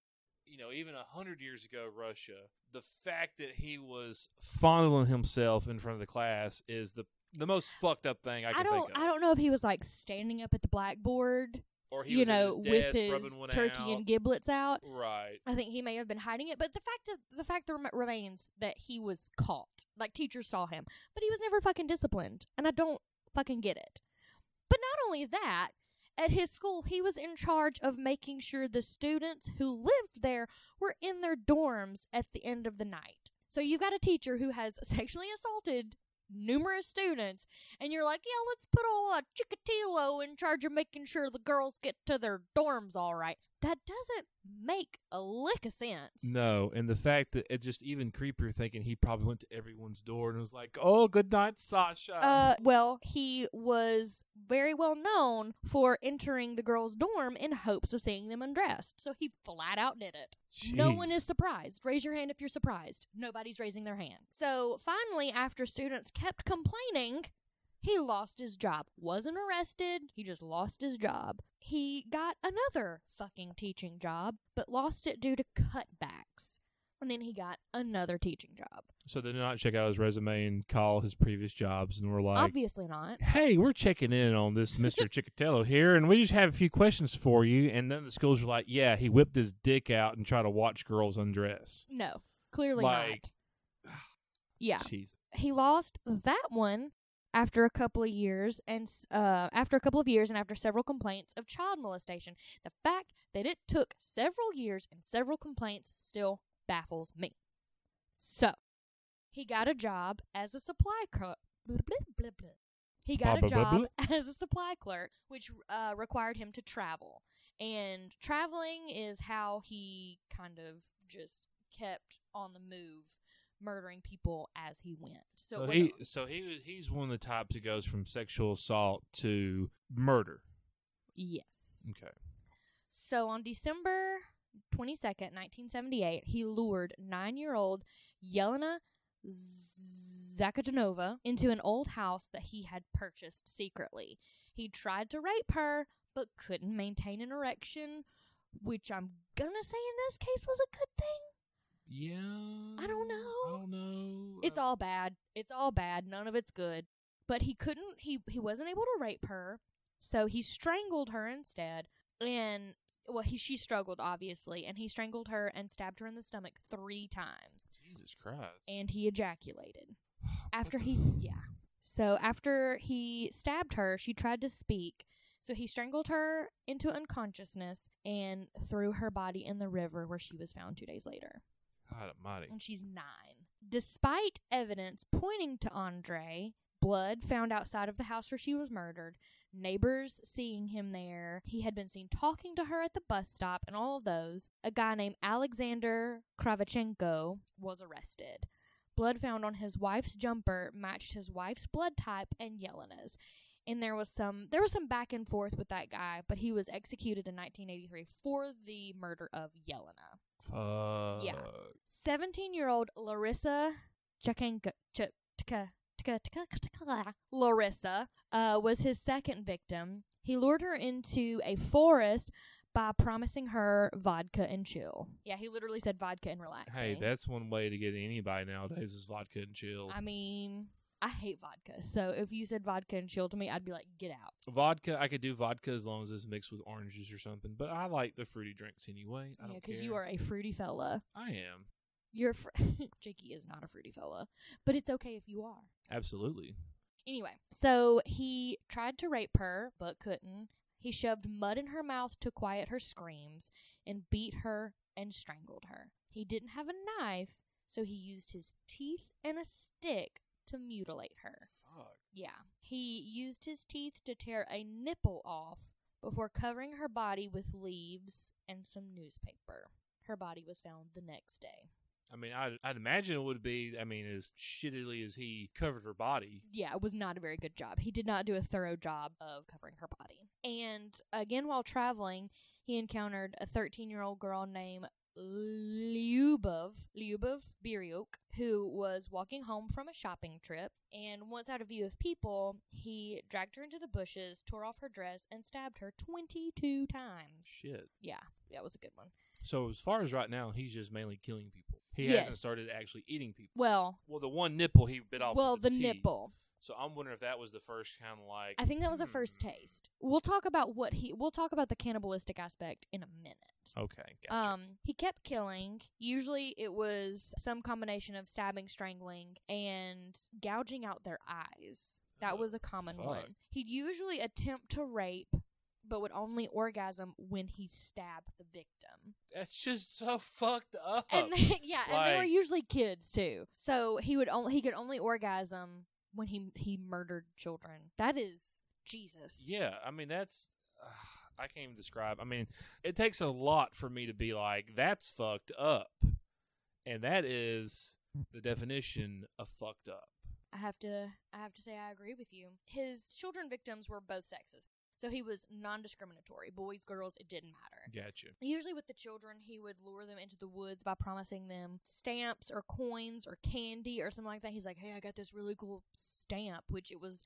[SPEAKER 1] you know, even 100 years ago, Russia. The fact that he was fondling himself in front of the class is the the most fucked up thing I can
[SPEAKER 2] I don't
[SPEAKER 1] think of.
[SPEAKER 2] I don't know if he was like standing up at the blackboard
[SPEAKER 1] or he
[SPEAKER 2] you
[SPEAKER 1] was at
[SPEAKER 2] know,
[SPEAKER 1] his
[SPEAKER 2] with
[SPEAKER 1] desk
[SPEAKER 2] his
[SPEAKER 1] rubbing one
[SPEAKER 2] turkey
[SPEAKER 1] out.
[SPEAKER 2] and giblets out.
[SPEAKER 1] Right.
[SPEAKER 2] I think he may have been hiding it, but the fact of, the fact rem- remains that he was caught. Like teachers saw him, but he was never fucking disciplined, and I don't fucking get it. But not only that, at his school, he was in charge of making sure the students who lived there were in their dorms at the end of the night. So you've got a teacher who has sexually assaulted numerous students, and you're like, yeah, let's put all a Chikatilo in charge of making sure the girls get to their dorms all right. That doesn't make a lick of sense.
[SPEAKER 1] No, and the fact that it just even creepier thinking he probably went to everyone's door and was like, "Oh, good night, Sasha."
[SPEAKER 2] Uh, well, he was very well known for entering the girls' dorm in hopes of seeing them undressed. So he flat out did it. No one
[SPEAKER 1] Jeez.
[SPEAKER 2] is surprised. Raise your hand if you're surprised. Nobody's raising their hand. So finally, after students kept complaining, he lost his job. Wasn't arrested, he just lost his job. He got another fucking teaching job, but lost it due to cutbacks. And then he got another teaching job.
[SPEAKER 1] So they did not check out his resume and call his previous jobs, and were like,
[SPEAKER 2] Obviously not.
[SPEAKER 1] "Hey, we're checking in on this Mister Chicatello here, and we just have a few questions for you." And then the schools are like, "Yeah, he whipped his dick out and tried to watch girls undress."
[SPEAKER 2] No, clearly
[SPEAKER 1] Like-
[SPEAKER 2] not. Yeah,
[SPEAKER 1] Jeez.
[SPEAKER 2] he lost that one after a couple of years, and s- uh, after a couple of years, and after several complaints of child molestation. The fact that it took several years and several complaints still baffles me. So, he got a job as a supply clerk. He got a
[SPEAKER 1] Blah, blah, blah,
[SPEAKER 2] job as a supply clerk, which uh, required him to travel. And traveling is how he kind of just kept on the move, murdering people as he went. So,
[SPEAKER 1] So
[SPEAKER 2] it
[SPEAKER 1] he,
[SPEAKER 2] wasn't-
[SPEAKER 1] so he was, he's one of the types that goes from sexual assault to murder.
[SPEAKER 2] yes.
[SPEAKER 1] Okay.
[SPEAKER 2] So on December 22nd, 1978, he lured nine year old Yelena Zakajanova into an old house that he had purchased secretly. He tried to rape her, but couldn't maintain an erection, which I'm gonna say in this case was a good thing.
[SPEAKER 1] Yeah.
[SPEAKER 2] I don't know.
[SPEAKER 1] I don't know.
[SPEAKER 2] It's all bad. It's all bad. None of it's good. But he couldn't, he, he wasn't able to rape her, so he strangled her instead. And, well, he, she struggled, obviously, and he strangled her and stabbed her in the stomach three times.
[SPEAKER 1] Jesus Christ.
[SPEAKER 2] And he ejaculated. After
[SPEAKER 1] What
[SPEAKER 2] he,
[SPEAKER 1] the-
[SPEAKER 2] yeah. So after he stabbed her, she tried to speak. So he strangled her into unconsciousness and threw her body in the river where she was found two days later
[SPEAKER 1] God almighty.
[SPEAKER 2] and she's nine. Despite evidence pointing to Andre, blood found outside of the house where she was murdered, neighbors seeing him there, he had been seen talking to her at the bus stop, and all of those, a guy named Alexander Kravchenko was arrested. Blood found on his wife's jumper matched his wife's blood type and Yelena's. And there was some there was some back and forth with that guy, but he was executed in 1983 for the murder of Yelena.
[SPEAKER 1] Fuck.
[SPEAKER 2] 17 year old Larissa Chakanka. Ch- Tka- Tka- Tka- Tka- Larissa uh, was his second victim. He lured her into a forest by promising her vodka and chill. Yeah, he literally said vodka and relaxing.
[SPEAKER 1] Hey, that's one way to get anybody nowadays is vodka and chill.
[SPEAKER 2] I mean, I hate vodka. So if you said vodka and chill to me, I'd be like, get out.
[SPEAKER 1] vodka, I could do vodka as long as it's mixed with orange juice or something. But I like the fruity drinks anyway. I
[SPEAKER 2] Yeah,
[SPEAKER 1] don't care.
[SPEAKER 2] you are a fruity fella.
[SPEAKER 1] I am
[SPEAKER 2] You're fr- Jakey is not a fruity fella, but it's okay if you are.
[SPEAKER 1] absolutely.
[SPEAKER 2] Anyway, so he tried to rape her, but couldn't. He shoved mud in her mouth to quiet her screams and beat her and strangled her. He didn't have a knife, so he used his teeth and a stick to mutilate her.
[SPEAKER 1] Fuck.
[SPEAKER 2] Yeah. He used his teeth to tear a nipple off before covering her body with leaves and some newspaper. Her body was found the next day.
[SPEAKER 1] I mean, I'd, I'd imagine it would be. I mean, as shittily as he covered her body,
[SPEAKER 2] yeah, it was not a very good job. He did not do a thorough job of covering her body. And again, while traveling, he encountered a 13 year old girl named Lyubov, Lyubov Biryuk, who was walking home from a shopping trip. And once out of view of people, he dragged her into the bushes, tore off her dress, and stabbed her 22 times.
[SPEAKER 1] shit.
[SPEAKER 2] Yeah, that was a good one.
[SPEAKER 1] So as far as right now, he's just mainly killing people. He hasn't
[SPEAKER 2] Yes.
[SPEAKER 1] started actually eating people.
[SPEAKER 2] Well,
[SPEAKER 1] Well, the one nipple he bit off.
[SPEAKER 2] well,
[SPEAKER 1] with the,
[SPEAKER 2] the
[SPEAKER 1] teeth.
[SPEAKER 2] nipple.
[SPEAKER 1] So I'm wondering if that was the first kind of like.
[SPEAKER 2] I think that was a first
[SPEAKER 1] hmm.
[SPEAKER 2] taste. We'll talk about what he we'll talk about the cannibalistic aspect in a minute.
[SPEAKER 1] Okay. Gotcha.
[SPEAKER 2] Um he kept killing. Usually it was some combination of stabbing, strangling, and gouging out their eyes. That
[SPEAKER 1] Oh,
[SPEAKER 2] was a common
[SPEAKER 1] fuck.
[SPEAKER 2] one. He'd usually attempt to rape but would only orgasm when he stabbed the victim.
[SPEAKER 1] That's just so fucked up.
[SPEAKER 2] And they, yeah, and they were
[SPEAKER 1] Like-
[SPEAKER 2] usually kids too. So he would only he could only orgasm when he he murdered children. That is Jesus.
[SPEAKER 1] yeah, I mean that's. Uh, I can't even describe. I mean, it takes a lot for me to be like, "That's fucked up," and that is the definition of fucked up.
[SPEAKER 2] I have to I have to say I agree with you. His children victims were both sexes. So he was non-discriminatory. Boys, girls, it didn't matter.
[SPEAKER 1] Gotcha.
[SPEAKER 2] Usually with the children, he would lure them into the woods by promising them stamps or coins or candy or something like that. He's like, "Hey, I got this really cool stamp," which it was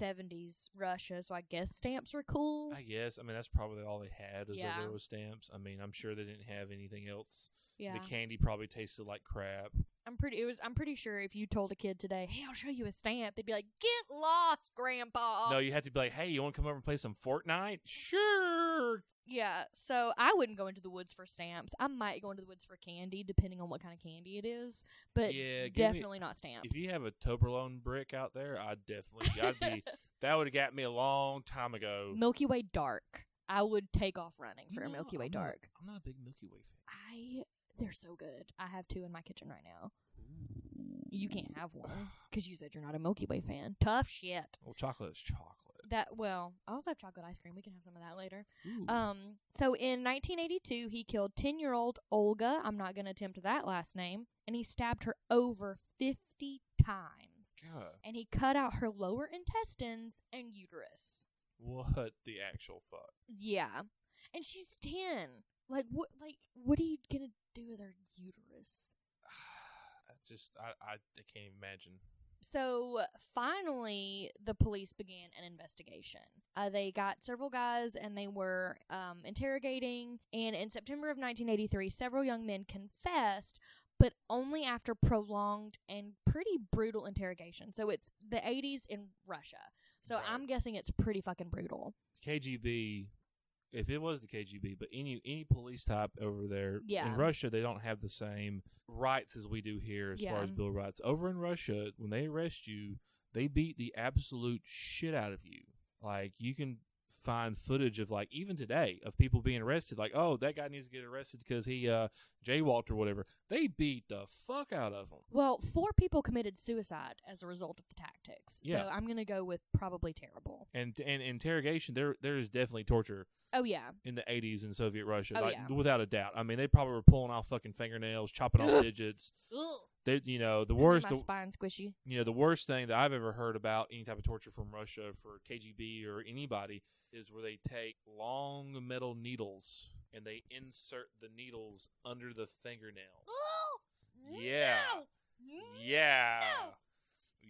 [SPEAKER 2] 1970s Russia, so I guess stamps were cool.
[SPEAKER 1] I guess. I mean, that's probably all they had is
[SPEAKER 2] Yeah.
[SPEAKER 1] yeah. those stamps. I mean, I'm sure they didn't have anything else.
[SPEAKER 2] yeah.
[SPEAKER 1] The candy probably tasted like crap.
[SPEAKER 2] I'm pretty it was I'm pretty sure if you told a kid today, "Hey, I'll show you a stamp." They'd be like, "Get lost, grandpa."
[SPEAKER 1] No, you had to be like, hey, you want to come over and play some Fortnite? Sure.
[SPEAKER 2] Yeah, so I wouldn't go into the woods for stamps. I might go into the woods for candy, depending on what kind of candy it is, but
[SPEAKER 1] Yeah, give me-
[SPEAKER 2] definitely not stamps.
[SPEAKER 1] If you have a Toblerone brick out there, I'd definitely. I'd be. that would have got me a long time ago.
[SPEAKER 2] Milky Way Dark, I would take off running
[SPEAKER 1] You
[SPEAKER 2] for a
[SPEAKER 1] know,
[SPEAKER 2] Milky Way
[SPEAKER 1] I'm not-
[SPEAKER 2] Dark.
[SPEAKER 1] I'm not a big Milky Way fan.
[SPEAKER 2] I they're so good. I have two in my kitchen right now.
[SPEAKER 1] Mm.
[SPEAKER 2] You can't have one because you said you're not a Milky Way fan. Tough shit.
[SPEAKER 1] Well, chocolate is chocolate.
[SPEAKER 2] that well, I also have chocolate ice cream. We can have some of that later.
[SPEAKER 1] Ooh.
[SPEAKER 2] Um, so in 1982, he killed 10 year old Olga. I'm not going to attempt that last name. And he stabbed her over 50 times.
[SPEAKER 1] God,
[SPEAKER 2] And he cut out her lower intestines and uterus.
[SPEAKER 1] what the actual fuck?
[SPEAKER 2] Yeah. And she's 10. Like, what, like, what are you going to do with her uterus?
[SPEAKER 1] I just I, I I can't even imagine.
[SPEAKER 2] So finally, the police began an investigation. Uh, they got several guys and they were um, interrogating. And in September of 1983, several young men confessed, but only after prolonged and pretty brutal interrogation. So it's the 80s in Russia. So
[SPEAKER 1] Right.
[SPEAKER 2] I'm guessing it's pretty fucking brutal.
[SPEAKER 1] KGB, if it was the KGB, but any any police type over there
[SPEAKER 2] Yeah.
[SPEAKER 1] in Russia, they don't have the same rights as we do here as
[SPEAKER 2] Yeah.
[SPEAKER 1] far as bill of rights. Over in Russia, when they arrest you, they beat the absolute shit out of you. Like you can find footage of like even today of people being arrested like oh that guy needs to get arrested because he uh jaywalked or whatever they beat the fuck out of them
[SPEAKER 2] Well, four people committed suicide as a result of the tactics.
[SPEAKER 1] Yeah.
[SPEAKER 2] So I'm going to go with probably terrible.
[SPEAKER 1] and and interrogation there there is definitely torture
[SPEAKER 2] Oh, yeah.
[SPEAKER 1] in the 80s in Soviet Russia,
[SPEAKER 2] Oh,
[SPEAKER 1] like
[SPEAKER 2] yeah.
[SPEAKER 1] without a doubt. I mean, they probably were pulling off fucking fingernails, chopping off digits.
[SPEAKER 2] Ugh.
[SPEAKER 1] They, you know, the worst,
[SPEAKER 2] My
[SPEAKER 1] the,
[SPEAKER 2] spine squishy.
[SPEAKER 1] you know, the worst thing that I've ever heard about any type of torture from Russia for KGB or anybody is where they take long metal needles and they insert the needles under the fingernail.
[SPEAKER 2] Oh,
[SPEAKER 1] Yeah. Yeah,
[SPEAKER 2] No.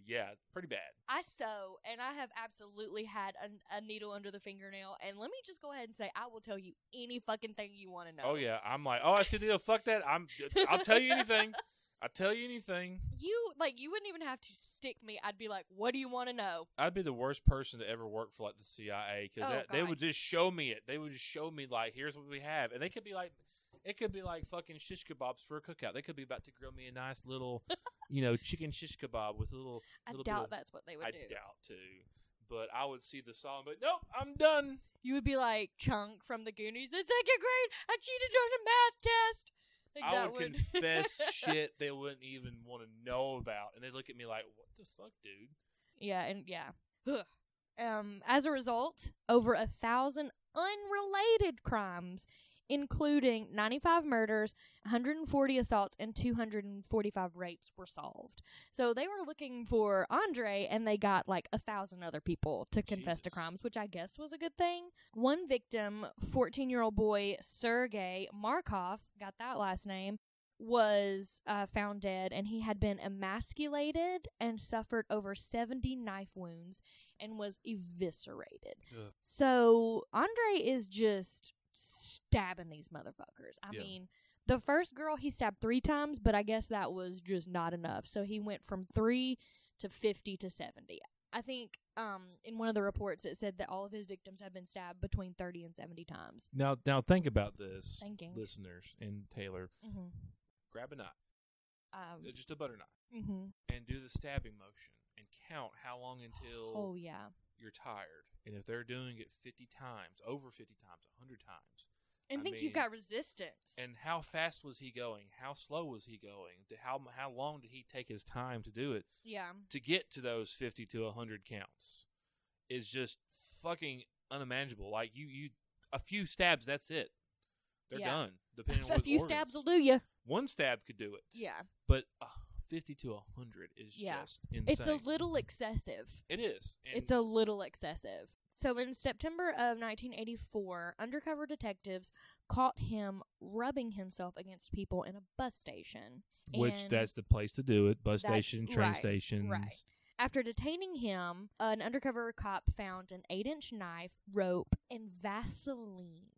[SPEAKER 1] yeah, pretty bad.
[SPEAKER 2] I sew, and I have absolutely had a, a needle under the fingernail. And let me just go ahead and say, I will tell you any fucking thing you want to know.
[SPEAKER 1] Oh yeah, I'm like, oh, I see the needle. Fuck that. I'm. I'll tell you anything. I'll tell you anything.
[SPEAKER 2] You like you wouldn't even have to stick me. I'd be like, "What do you want to know?"
[SPEAKER 1] I'd be the worst person to ever work for like the CIA because
[SPEAKER 2] Oh,
[SPEAKER 1] they
[SPEAKER 2] God.
[SPEAKER 1] would just show me it. They would just show me like, here's what we have, and they could be like, it could be like fucking shish kebabs for a cookout. They could be about to grill me a nice little, you know, chicken shish kebab with a little.
[SPEAKER 2] I
[SPEAKER 1] Little bit
[SPEAKER 2] doubt
[SPEAKER 1] of-
[SPEAKER 2] that's what they would
[SPEAKER 1] I
[SPEAKER 2] do.
[SPEAKER 1] doubt too, but I would see the song, but nope, I'm done.
[SPEAKER 2] You would be like Chunk from the Goonies in second grade. I cheated on a math test. Like,
[SPEAKER 1] I
[SPEAKER 2] that
[SPEAKER 1] would, confess shit they wouldn't even want to know about, and they look at me like, what the fuck, dude?
[SPEAKER 2] Yeah, and yeah. Ugh. Um, as a result, over a thousand unrelated crimes, including 95 murders, 140 assaults, and 245 rapes, were solved. So they were looking for Andre, and they got like a thousand other people to confess to
[SPEAKER 1] Jesus.
[SPEAKER 2] crimes, which I guess was a good thing. One victim, 14 year old boy Sergei Markov, got that last name, was uh, found dead and he had been emasculated and suffered over 70 knife wounds and was eviscerated.
[SPEAKER 1] Ugh.
[SPEAKER 2] So Andre is just stabbing these motherfuckers. I
[SPEAKER 1] Yeah.
[SPEAKER 2] mean, the first girl he stabbed three times, but I guess that was just not enough. So he went from three to 50 to 70. I think um, in one of the reports it said that all of his victims have been stabbed between 30 and 70 times.
[SPEAKER 1] Now, now think about this,
[SPEAKER 2] Thinking.
[SPEAKER 1] listeners and Taylor.
[SPEAKER 2] Mm-hmm.
[SPEAKER 1] Grab a knife,
[SPEAKER 2] Um,
[SPEAKER 1] uh, just a butter knife.
[SPEAKER 2] mm-hmm.
[SPEAKER 1] and do the stabbing motion and count how long until
[SPEAKER 2] Oh, yeah.
[SPEAKER 1] you're tired. And if they're doing it 50 times, over 50 times, 100 times,
[SPEAKER 2] And
[SPEAKER 1] I
[SPEAKER 2] think
[SPEAKER 1] mean-
[SPEAKER 2] you've got resistance.
[SPEAKER 1] and how fast was he going? How slow was he going? Th- How how long did he take his time to do it
[SPEAKER 2] yeah.
[SPEAKER 1] to get to those 50 to 100 counts? Is just fucking unimaginable. Like you you a few stabs, that's it. They're
[SPEAKER 2] Yeah.
[SPEAKER 1] done. Depending on
[SPEAKER 2] a
[SPEAKER 1] what
[SPEAKER 2] few
[SPEAKER 1] organs.
[SPEAKER 2] stabs will do you.
[SPEAKER 1] one stab could do it.
[SPEAKER 2] Yeah.
[SPEAKER 1] But uh, 50 to 100 is
[SPEAKER 2] Yeah.
[SPEAKER 1] just insane.
[SPEAKER 2] It's a little excessive.
[SPEAKER 1] it is. And
[SPEAKER 2] It's a little excessive. So in September of 1984, undercover detectives caught him rubbing himself against people in a bus station.
[SPEAKER 1] Which
[SPEAKER 2] And
[SPEAKER 1] that's the place to do it. Bus
[SPEAKER 2] That's-
[SPEAKER 1] station, train
[SPEAKER 2] right,
[SPEAKER 1] stations.
[SPEAKER 2] right. After detaining him, an undercover cop found an 8-inch knife, rope, and Vaseline.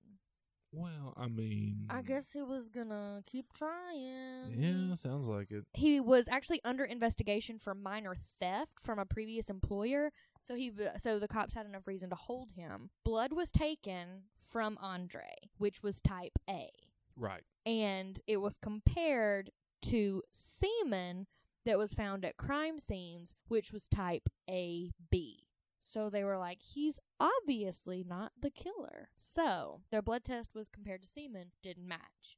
[SPEAKER 1] Well, I mean,
[SPEAKER 2] I guess um, he was gonna keep trying.
[SPEAKER 1] Mm. Yeah, sounds like it.
[SPEAKER 2] he was actually under investigation for minor theft from a previous employer so he so the cops had enough reason to hold him blood was taken from andre which was type a
[SPEAKER 1] Right.
[SPEAKER 2] and it was compared to semen that was found at crime scenes which was type ab so they were like he's obviously not the killer so their blood test was compared to semen didn't match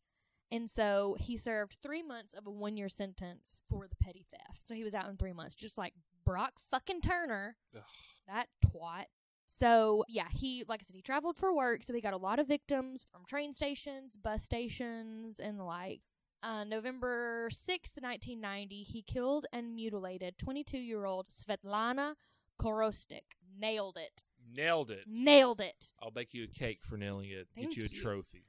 [SPEAKER 2] and so he served three months of a one year sentence for the petty theft so he was out in three months just like brock fucking turner
[SPEAKER 1] Ugh.
[SPEAKER 2] that twat So, yeah, he, like I said, he traveled for work, so he got a lot of victims from train stations, bus stations, and the like. Uh, November 6th, 1990, he killed and mutilated 22 year old Svetlana Korostik. Nailed it.
[SPEAKER 1] Nailed it.
[SPEAKER 2] Nailed it.
[SPEAKER 1] I'll bake you a cake for nailing it.
[SPEAKER 2] Thank
[SPEAKER 1] Get you a
[SPEAKER 2] you.
[SPEAKER 1] trophy.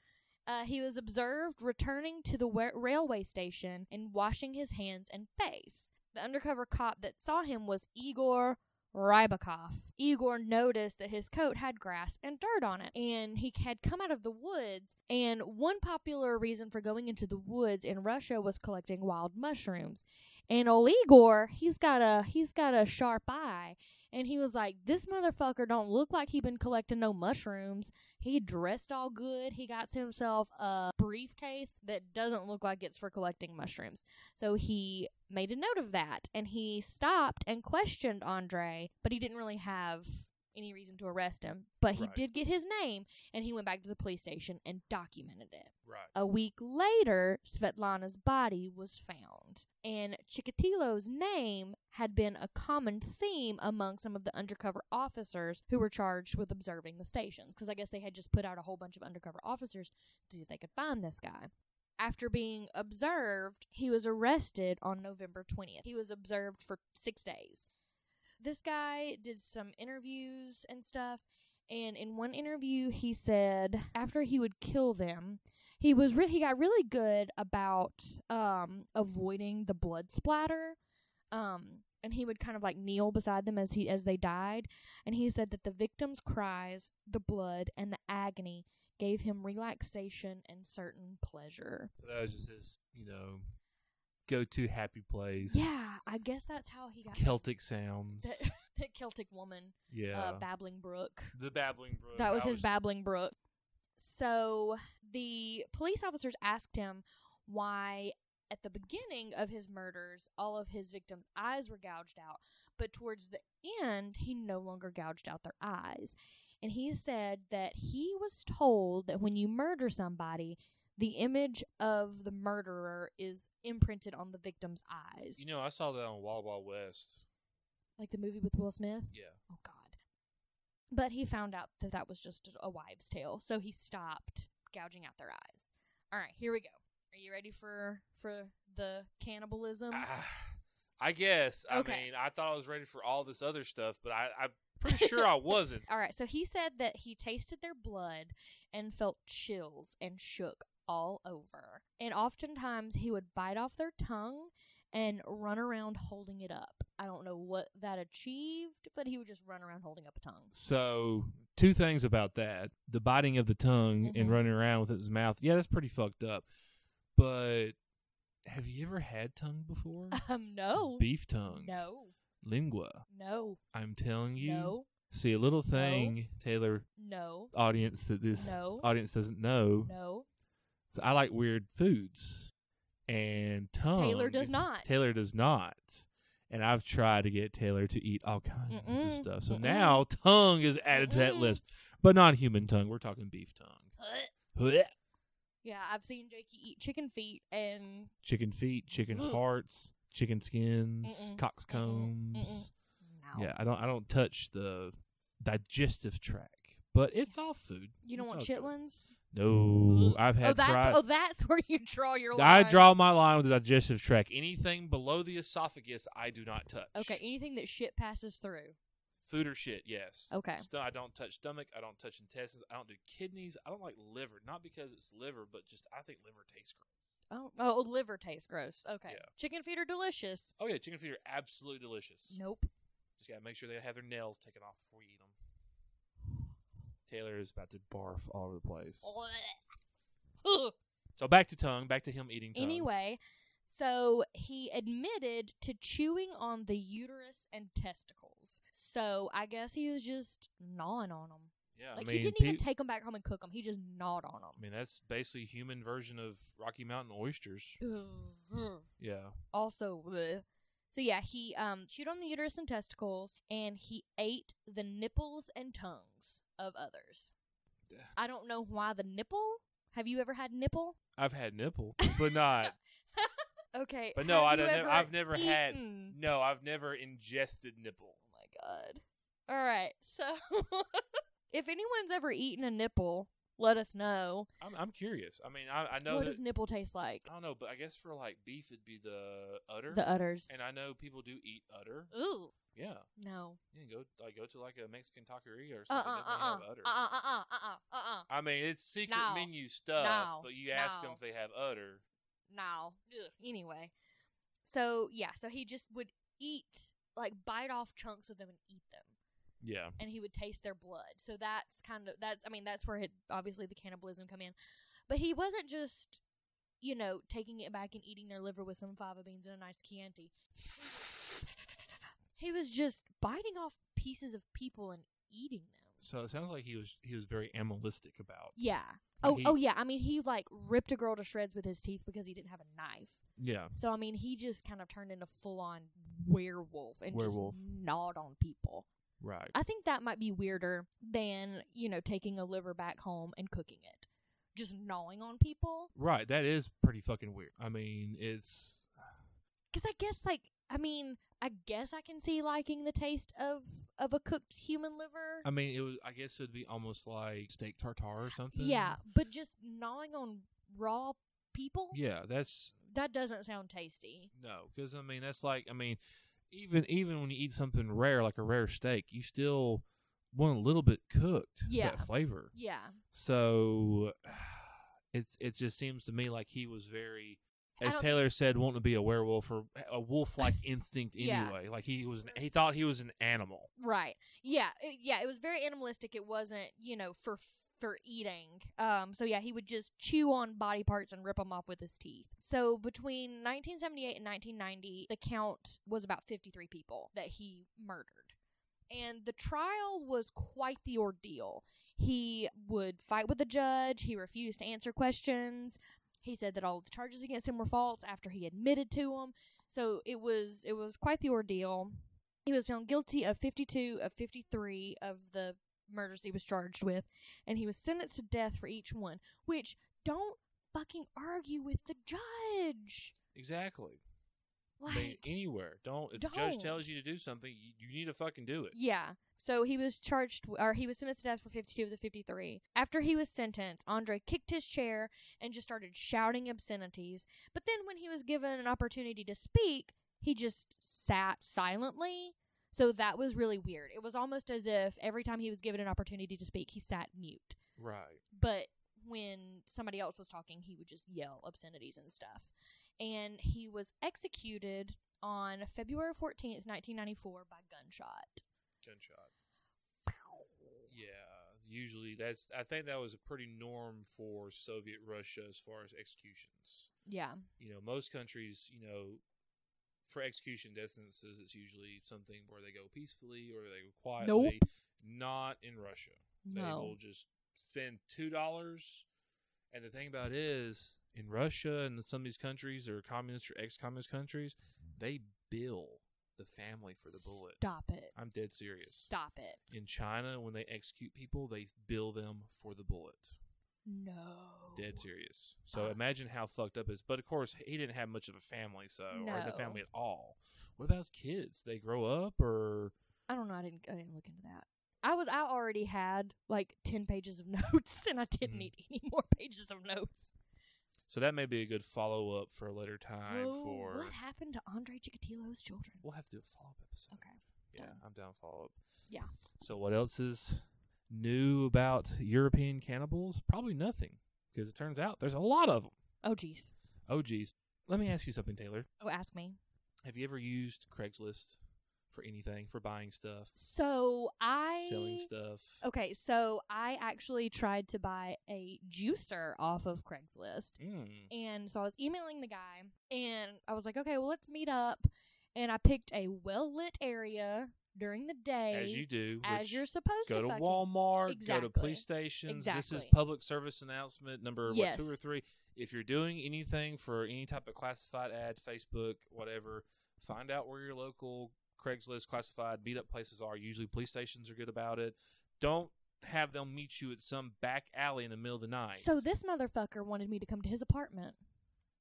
[SPEAKER 2] Uh, he was observed returning to the wa- railway station and washing his hands and face. The undercover cop that saw him was Igor Rybakov. Igor noticed that his coat had grass and dirt on it, and he had come out of the woods. And one popular reason for going into the woods in Russia was collecting wild mushrooms. And old Igor, he's got a he's got a sharp eye, and he was like, "This motherfucker don't look like he been collecting no mushrooms." He dressed all good. He got himself a briefcase that doesn't look like it's for collecting mushrooms. So he made a note of that and he stopped and questioned Andre, but he didn't really have any reason to arrest him. But he
[SPEAKER 1] Right.
[SPEAKER 2] did get his name and he went back to the police station and documented it.
[SPEAKER 1] Right.
[SPEAKER 2] A week later, Svetlana's body was found, and Chikatilo's name had been a common theme among some of the undercover officers who were charged with observing the stations, because I guess they had just put out a whole bunch of undercover officers to see if they could find this guy. After being observed, he was arrested on November 20th. He was observed for six days. This guy did some interviews and stuff, and in one interview, he said after he would kill them, he was re- he got really good about um avoiding the blood splatter um and he would kind of like kneel beside them as he as they died and he said that the victim's cries the blood and the agony gave him relaxation and certain pleasure
[SPEAKER 1] So that was just his, you know, go-to happy place.
[SPEAKER 2] yeah i guess that's how he got
[SPEAKER 1] Celtic sounds.
[SPEAKER 2] that, Uh, that celtic woman
[SPEAKER 1] yeah.
[SPEAKER 2] uh, babbling brook
[SPEAKER 1] the babbling brook.
[SPEAKER 2] That was
[SPEAKER 1] I
[SPEAKER 2] his babbling brook. So the police officers asked him why, at the beginning of his murders, all of his victims' eyes were gouged out, but towards the end, he no longer gouged out their eyes. And he said that he was told that when you murder somebody, the image of the murderer is imprinted on the victim's eyes.
[SPEAKER 1] You know, I saw that on Wild Wild West.
[SPEAKER 2] like the movie with Will Smith?
[SPEAKER 1] Yeah.
[SPEAKER 2] Oh God! But he found out that that was just a wives' tale, so he stopped gouging out their eyes. All right, here we go. Are you ready for for the cannibalism?
[SPEAKER 1] Ah, I guess. I
[SPEAKER 2] Um, Okay.
[SPEAKER 1] mean, I thought I was ready for all this other stuff, but I, I'm pretty sure I wasn't.
[SPEAKER 2] All right, so he said that he tasted their blood and felt chills and shook all over. And oftentimes he would bite off their tongue and run around holding it up. I don't know what that achieved, but he would just run around holding up a tongue.
[SPEAKER 1] So, two things about that: the biting of the tongue and
[SPEAKER 2] Mhm.
[SPEAKER 1] running around with his mouth. Yeah, that's pretty fucked up. But have you ever had tongue before?
[SPEAKER 2] Um, no.
[SPEAKER 1] Beef tongue.
[SPEAKER 2] No.
[SPEAKER 1] Lingua.
[SPEAKER 2] No.
[SPEAKER 1] I'm telling you.
[SPEAKER 2] No.
[SPEAKER 1] See, a little thing, Taylor,
[SPEAKER 2] No.
[SPEAKER 1] audience that this
[SPEAKER 2] No.
[SPEAKER 1] audience doesn't know.
[SPEAKER 2] No.
[SPEAKER 1] So I like weird foods, and tongue.
[SPEAKER 2] Taylor does not.
[SPEAKER 1] Taylor does not. And I've tried to get Taylor to eat all kinds of
[SPEAKER 2] Mm-mm.
[SPEAKER 1] stuff. So
[SPEAKER 2] Mm-mm.
[SPEAKER 1] now tongue is added to that
[SPEAKER 2] Mm-mm.
[SPEAKER 1] list, but not human tongue. We're talking beef tongue. Blech.
[SPEAKER 2] Yeah, I've seen Jakey eat chicken feet and
[SPEAKER 1] Chicken feet, chicken
[SPEAKER 2] Ugh.
[SPEAKER 1] hearts, chicken skins,
[SPEAKER 2] Mm-mm.
[SPEAKER 1] cock's combs.
[SPEAKER 2] Mm-mm. no.
[SPEAKER 1] Yeah, I don't. I don't touch the digestive tract, but it's all food.
[SPEAKER 2] You don't
[SPEAKER 1] It's
[SPEAKER 2] want
[SPEAKER 1] all good.
[SPEAKER 2] chitlins?
[SPEAKER 1] No,
[SPEAKER 2] Ugh.
[SPEAKER 1] I've had
[SPEAKER 2] oh, that's
[SPEAKER 1] fried.
[SPEAKER 2] oh, that's where you draw your
[SPEAKER 1] I
[SPEAKER 2] line.
[SPEAKER 1] draw my line with the digestive tract. Anything below the esophagus, I do not touch.
[SPEAKER 2] Okay, e- anything that shit passes through.
[SPEAKER 1] Food or shit, yes.
[SPEAKER 2] Okay.
[SPEAKER 1] Sto- I don't touch stomach. I don't touch intestines. I don't do kidneys. I don't like liver. Not because it's liver, but just I think liver tastes great.
[SPEAKER 2] Oh, oh, liver tastes gross. Okay,
[SPEAKER 1] Yeah.
[SPEAKER 2] chicken feet are delicious.
[SPEAKER 1] Oh, yeah. Chicken feet are absolutely delicious.
[SPEAKER 2] Nope.
[SPEAKER 1] Just got to make sure they have their nails taken off before you eat them. Taylor is about to barf all over the place.
[SPEAKER 2] Ugh.
[SPEAKER 1] So back to tongue. Back to him eating tongue.
[SPEAKER 2] Anyway, so he admitted to chewing on the uterus and testicles. So I guess he was just gnawing on them.
[SPEAKER 1] Yeah.
[SPEAKER 2] Like
[SPEAKER 1] I mean,
[SPEAKER 2] he didn't even
[SPEAKER 1] pe-
[SPEAKER 2] take them back home and cook them. He just gnawed on
[SPEAKER 1] I mean, that's basically human version of Rocky Mountain oysters.
[SPEAKER 2] them.
[SPEAKER 1] Yeah.
[SPEAKER 2] also, bleh. so yeah, he um chewed on the uterus and testicles, and he ate the nipples and tongues of others.
[SPEAKER 1] Duh.
[SPEAKER 2] I don't know why the nipple. Have you ever had nipple?
[SPEAKER 1] I've had nipple, but not.
[SPEAKER 2] Okay,
[SPEAKER 1] But no,
[SPEAKER 2] have
[SPEAKER 1] I
[SPEAKER 2] you
[SPEAKER 1] don't nev-
[SPEAKER 2] ever
[SPEAKER 1] I've never had-
[SPEAKER 2] eaten?
[SPEAKER 1] no, I've never ingested nipple.
[SPEAKER 2] Oh my god. All right. So, if anyone's ever eaten a nipple, let us know.
[SPEAKER 1] I'm, I'm curious. I mean, I, I know
[SPEAKER 2] what
[SPEAKER 1] that,
[SPEAKER 2] does nipple taste like?
[SPEAKER 1] I don't know, but I guess for like beef, it'd be the udder.
[SPEAKER 2] The Uh. udders.
[SPEAKER 1] and I know people do eat udder.
[SPEAKER 2] Ooh,
[SPEAKER 1] Yeah,
[SPEAKER 2] no.
[SPEAKER 1] you can go like go to like a Mexican taqueria or
[SPEAKER 2] Uh uh
[SPEAKER 1] something. that
[SPEAKER 2] uh uh
[SPEAKER 1] may have udder.
[SPEAKER 2] uh uh uh uh uh uh.
[SPEAKER 1] I mean, it's secret
[SPEAKER 2] No.
[SPEAKER 1] menu stuff,
[SPEAKER 2] No.
[SPEAKER 1] but you ask them
[SPEAKER 2] No.
[SPEAKER 1] if they have udder.
[SPEAKER 2] No. Ugh. Anyway, so yeah, so he just would eat like bite off chunks of them and eat them,
[SPEAKER 1] Yeah,
[SPEAKER 2] and he would taste their blood. So that's kind of that's I mean that's where it, obviously the cannibalism come in, but he wasn't just you know taking it back and eating their liver with some fava beans and a nice Chianti. He was just biting off pieces of people and eating them.
[SPEAKER 1] so it sounds like he was he was very animalistic about.
[SPEAKER 2] Yeah.
[SPEAKER 1] Like
[SPEAKER 2] oh,
[SPEAKER 1] he-
[SPEAKER 2] oh yeah. I mean, he like ripped a girl to shreds with his teeth because he didn't have a knife.
[SPEAKER 1] yeah,
[SPEAKER 2] So I mean, he just kind of turned into full on werewolf and
[SPEAKER 1] Werewolf.
[SPEAKER 2] just gnawed on people.
[SPEAKER 1] right.
[SPEAKER 2] I think that might be weirder than you know taking a liver back home and cooking it, just gnawing on people.
[SPEAKER 1] Right, that is pretty fucking weird. I mean, it's
[SPEAKER 2] Because I guess like I mean, I guess I can see liking the taste of of a cooked human liver.
[SPEAKER 1] I mean, it was I guess it would be almost like steak tartare or something.
[SPEAKER 2] yeah, but just gnawing on raw people
[SPEAKER 1] Yeah, that's
[SPEAKER 2] that doesn't sound tasty.
[SPEAKER 1] no, cuz I mean, that's like I mean, even even when you eat something rare like a rare steak, you still want a little bit cooked
[SPEAKER 2] Yeah.
[SPEAKER 1] that flavor.
[SPEAKER 2] Yeah.
[SPEAKER 1] So it's it just seems to me like he was very
[SPEAKER 2] I
[SPEAKER 1] as
[SPEAKER 2] don't
[SPEAKER 1] Taylor said, wanting to be a werewolf or a wolf-like instinct
[SPEAKER 2] Yeah.
[SPEAKER 1] anyway. Like he was, an, he thought he was an animal.
[SPEAKER 2] Right. Yeah. It, yeah. It was very animalistic. It wasn't, you know, for for eating. Um. So yeah, he would just chew on body parts and rip them off with his teeth. So between 1978 and 1990, the count was about 53 people that he murdered, and the trial was quite the ordeal. He would fight with the judge. He refused to answer questions. He said that all the charges against him were false after he admitted to them. So it was it was quite the ordeal. He was found guilty of 52 of 53 of the murders he was charged with, and he was sentenced to death for each one, which don't fucking argue with the judge.
[SPEAKER 1] Exactly. I mean,
[SPEAKER 2] Like,
[SPEAKER 1] anywhere. Don't if the judge
[SPEAKER 2] don't.
[SPEAKER 1] tells you to do something, you, you need to fucking do it.
[SPEAKER 2] yeah. So he was charged, or he was sentenced to death for 52 of the 53. After he was sentenced, Andre kicked his chair and just started shouting obscenities. But then when he was given an opportunity to speak, he just sat silently. So that was really weird. It was almost as if every time he was given an opportunity to speak, he sat mute.
[SPEAKER 1] Right.
[SPEAKER 2] but when somebody else was talking, he would just yell obscenities and stuff. And he was executed on February 14th, 1994 by gunshot.
[SPEAKER 1] Gunshot. Yeah. Usually, that's. I think that was a pretty norm for Soviet Russia as far as executions.
[SPEAKER 2] Yeah.
[SPEAKER 1] You know, most countries, you know, for execution death sentences, it's usually something where they go peacefully or they go quietly. Not in Russia. They will
[SPEAKER 2] No.
[SPEAKER 1] just spend two dollars. And the thing about it is, in Russia and some of these countries or communist or ex-communist countries, they bill the family for the bullet.
[SPEAKER 2] Stop it.
[SPEAKER 1] I'm dead serious.
[SPEAKER 2] Stop it.
[SPEAKER 1] In China, when they execute people, they bill them for the bullet.
[SPEAKER 2] No. Oh.
[SPEAKER 1] Dead serious.
[SPEAKER 2] Ah.
[SPEAKER 1] So imagine how fucked up it is. But of course, he didn't have much of a family, so or
[SPEAKER 2] No.
[SPEAKER 1] a family at all. What about his kids? They grow up, or
[SPEAKER 2] I don't know. I didn't. I didn't look into that. I was. I already had like ten pages of notes, and I didn't
[SPEAKER 1] Mhm.
[SPEAKER 2] need any more pages of notes.
[SPEAKER 1] so that may be a good follow up for a later time.
[SPEAKER 2] Whoa,
[SPEAKER 1] for
[SPEAKER 2] what happened to Andre Chikatilo's children?
[SPEAKER 1] we'll have to do a follow up episode.
[SPEAKER 2] Okay.
[SPEAKER 1] Yeah,
[SPEAKER 2] Done.
[SPEAKER 1] I'm down follow up.
[SPEAKER 2] Oh. Yeah.
[SPEAKER 1] So what else is new about European cannibals? Probably nothing, because it turns out there's a lot of them.
[SPEAKER 2] Oh, jeez.
[SPEAKER 1] Oh, geez. Let me ask you something, Taylor.
[SPEAKER 2] Oh, ask me.
[SPEAKER 1] Have you ever used Craigslist for anything, for buying stuff,
[SPEAKER 2] So I
[SPEAKER 1] selling stuff?
[SPEAKER 2] Okay, so I actually tried to buy a juicer off of Craigslist.
[SPEAKER 1] Mm.
[SPEAKER 2] And so I was emailing the guy and I was like, okay, well, let's meet up. And I picked a well lit area during the day.
[SPEAKER 1] As you do.
[SPEAKER 2] as
[SPEAKER 1] which
[SPEAKER 2] you're supposed
[SPEAKER 1] Go to
[SPEAKER 2] fucking-
[SPEAKER 1] Walmart, go to
[SPEAKER 2] Exactly.
[SPEAKER 1] police stations. This is
[SPEAKER 2] Exactly.
[SPEAKER 1] public service announcement number what,
[SPEAKER 2] Yes.
[SPEAKER 1] two or three. If you're doing anything for any type of classified ad, Facebook, whatever, find out where your local Craigslist classified meetup places are. Usually police stations are good about it. Don't have them meet you at some back alley in the middle of the night.
[SPEAKER 2] So this motherfucker wanted me to come to his apartment.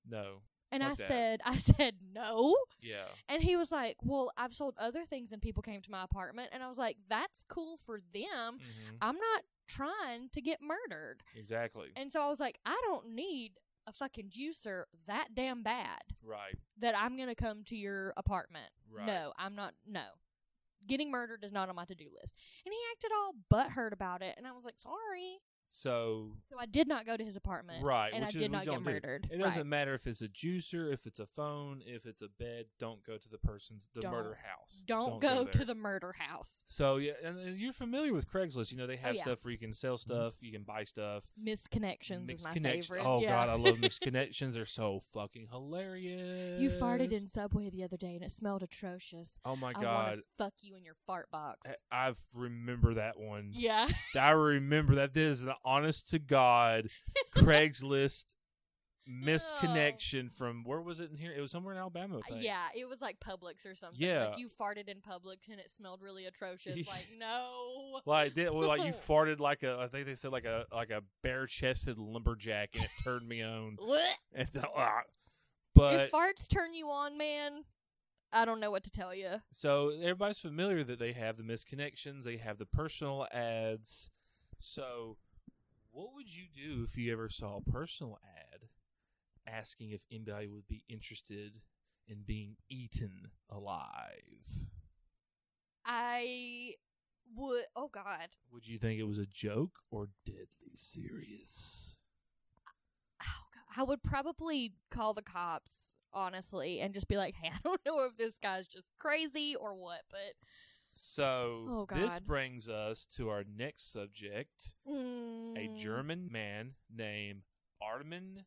[SPEAKER 1] No.
[SPEAKER 2] And I
[SPEAKER 1] Fuck that.
[SPEAKER 2] said, I said no.
[SPEAKER 1] Yeah.
[SPEAKER 2] And he was like, Well, I've sold other things and people came to my apartment. And I was like, That's cool for them.
[SPEAKER 1] hmm
[SPEAKER 2] I'm not trying to get murdered.
[SPEAKER 1] Exactly.
[SPEAKER 2] And so I was like, I don't need a fucking juicer that damn bad
[SPEAKER 1] Right.
[SPEAKER 2] that I'm going to come to your apartment.
[SPEAKER 1] Right.
[SPEAKER 2] No, I'm not. No. Getting murdered is not on my to do list. And he acted all butthurt about it. And I was like, Sorry.
[SPEAKER 1] So
[SPEAKER 2] So I did not go to his apartment.
[SPEAKER 1] right,
[SPEAKER 2] And I
[SPEAKER 1] which is
[SPEAKER 2] did
[SPEAKER 1] we
[SPEAKER 2] not get
[SPEAKER 1] don't do.
[SPEAKER 2] murdered.
[SPEAKER 1] It doesn't matter if it's a juicer, if it's a phone, if it's a bed. Don't go to the person's the murder
[SPEAKER 2] Don't.
[SPEAKER 1] house.
[SPEAKER 2] Don't, go,
[SPEAKER 1] there.
[SPEAKER 2] to the murder house.
[SPEAKER 1] So yeah, and, and you're familiar with Craigslist. You know they have
[SPEAKER 2] Oh, yeah.
[SPEAKER 1] stuff where you can sell stuff, you can buy stuff.
[SPEAKER 2] Missed connections
[SPEAKER 1] mixed
[SPEAKER 2] is my
[SPEAKER 1] connect-
[SPEAKER 2] favorite.
[SPEAKER 1] Oh
[SPEAKER 2] yeah.
[SPEAKER 1] god, I love mixed connections. They're so fucking hilarious.
[SPEAKER 2] You farted in Subway the other day and it smelled atrocious.
[SPEAKER 1] Oh my
[SPEAKER 2] I want
[SPEAKER 1] god, Eh,
[SPEAKER 2] to fuck you in your fart box.
[SPEAKER 1] I, I remember that one.
[SPEAKER 2] yeah.
[SPEAKER 1] I remember that. This is an honest to god Craigslist misconnection from where was it in here? It was somewhere in Alabama. I think.
[SPEAKER 2] Uh, Yeah, it was like Publix or something.
[SPEAKER 1] Yeah.
[SPEAKER 2] Like you farted in Publix and it smelled really atrocious.
[SPEAKER 1] Yeah.
[SPEAKER 2] like, no.
[SPEAKER 1] Like did, well, like you farted like a I think they said like a like a bare chested lumberjack and it turned me on.
[SPEAKER 2] Blech.
[SPEAKER 1] And so, ah.
[SPEAKER 2] if
[SPEAKER 1] But
[SPEAKER 2] farts turn you on, man, I don't know what to tell you.
[SPEAKER 1] so everybody's familiar that they have the misconnections, they have the personal ads. So what would you do if you ever saw a personal ad asking if anybody would be interested in being eaten alive?
[SPEAKER 2] I would. Oh, God.
[SPEAKER 1] Would you think it was a joke or deadly serious?
[SPEAKER 2] Oh, God. I would probably call the cops, honestly, and just be like, hey, I don't know if this guy's just crazy or what, but.
[SPEAKER 1] So
[SPEAKER 2] Oh,
[SPEAKER 1] this
[SPEAKER 2] God.
[SPEAKER 1] brings us to our next subject. a
[SPEAKER 2] Mm,
[SPEAKER 1] German man named Armin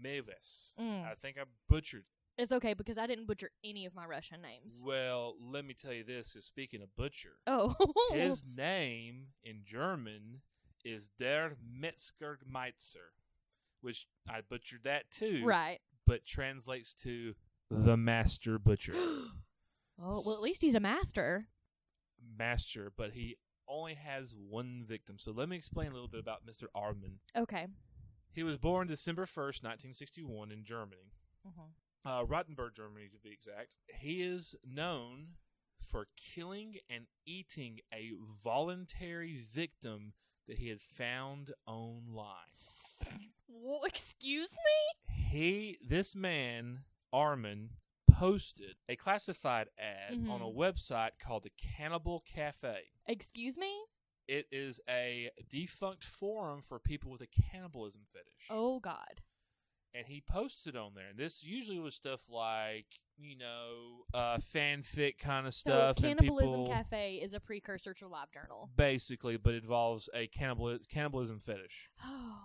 [SPEAKER 1] Mavis.
[SPEAKER 2] mm.
[SPEAKER 1] I think I butchered.
[SPEAKER 2] It's okay because I didn't butcher any of my Russian names.
[SPEAKER 1] Well, let me tell you this. 'cause Speaking of butcher,
[SPEAKER 2] Oh.
[SPEAKER 1] his name in German is Der Metzger Meitzer, which I butchered that too.
[SPEAKER 2] right.
[SPEAKER 1] But translates to the master butcher.
[SPEAKER 2] oh, well, at least he's a master.
[SPEAKER 1] master, but he only has one victim. So let me explain a little bit about Mr. Armin.
[SPEAKER 2] Okay.
[SPEAKER 1] He was born December 1st, 1961 in Germany. uh, Rottenburg, Germany, to be exact. He is known for killing and eating a voluntary victim that he had found online.
[SPEAKER 2] Well, excuse me?
[SPEAKER 1] He, this man, Armin, posted a classified ad
[SPEAKER 2] Mhm.
[SPEAKER 1] on a website called the Cannibal Cafe.
[SPEAKER 2] Excuse me?
[SPEAKER 1] It is a defunct forum for people with a cannibalism fetish.
[SPEAKER 2] Oh, God.
[SPEAKER 1] and he posted on there. And this usually was stuff like you know uh, fanfic kind of stuff.
[SPEAKER 2] so, Cannibalism
[SPEAKER 1] and people,
[SPEAKER 2] Cafe is a precursor to Live Journal.
[SPEAKER 1] basically, but involves a cannibal cannibalism fetish.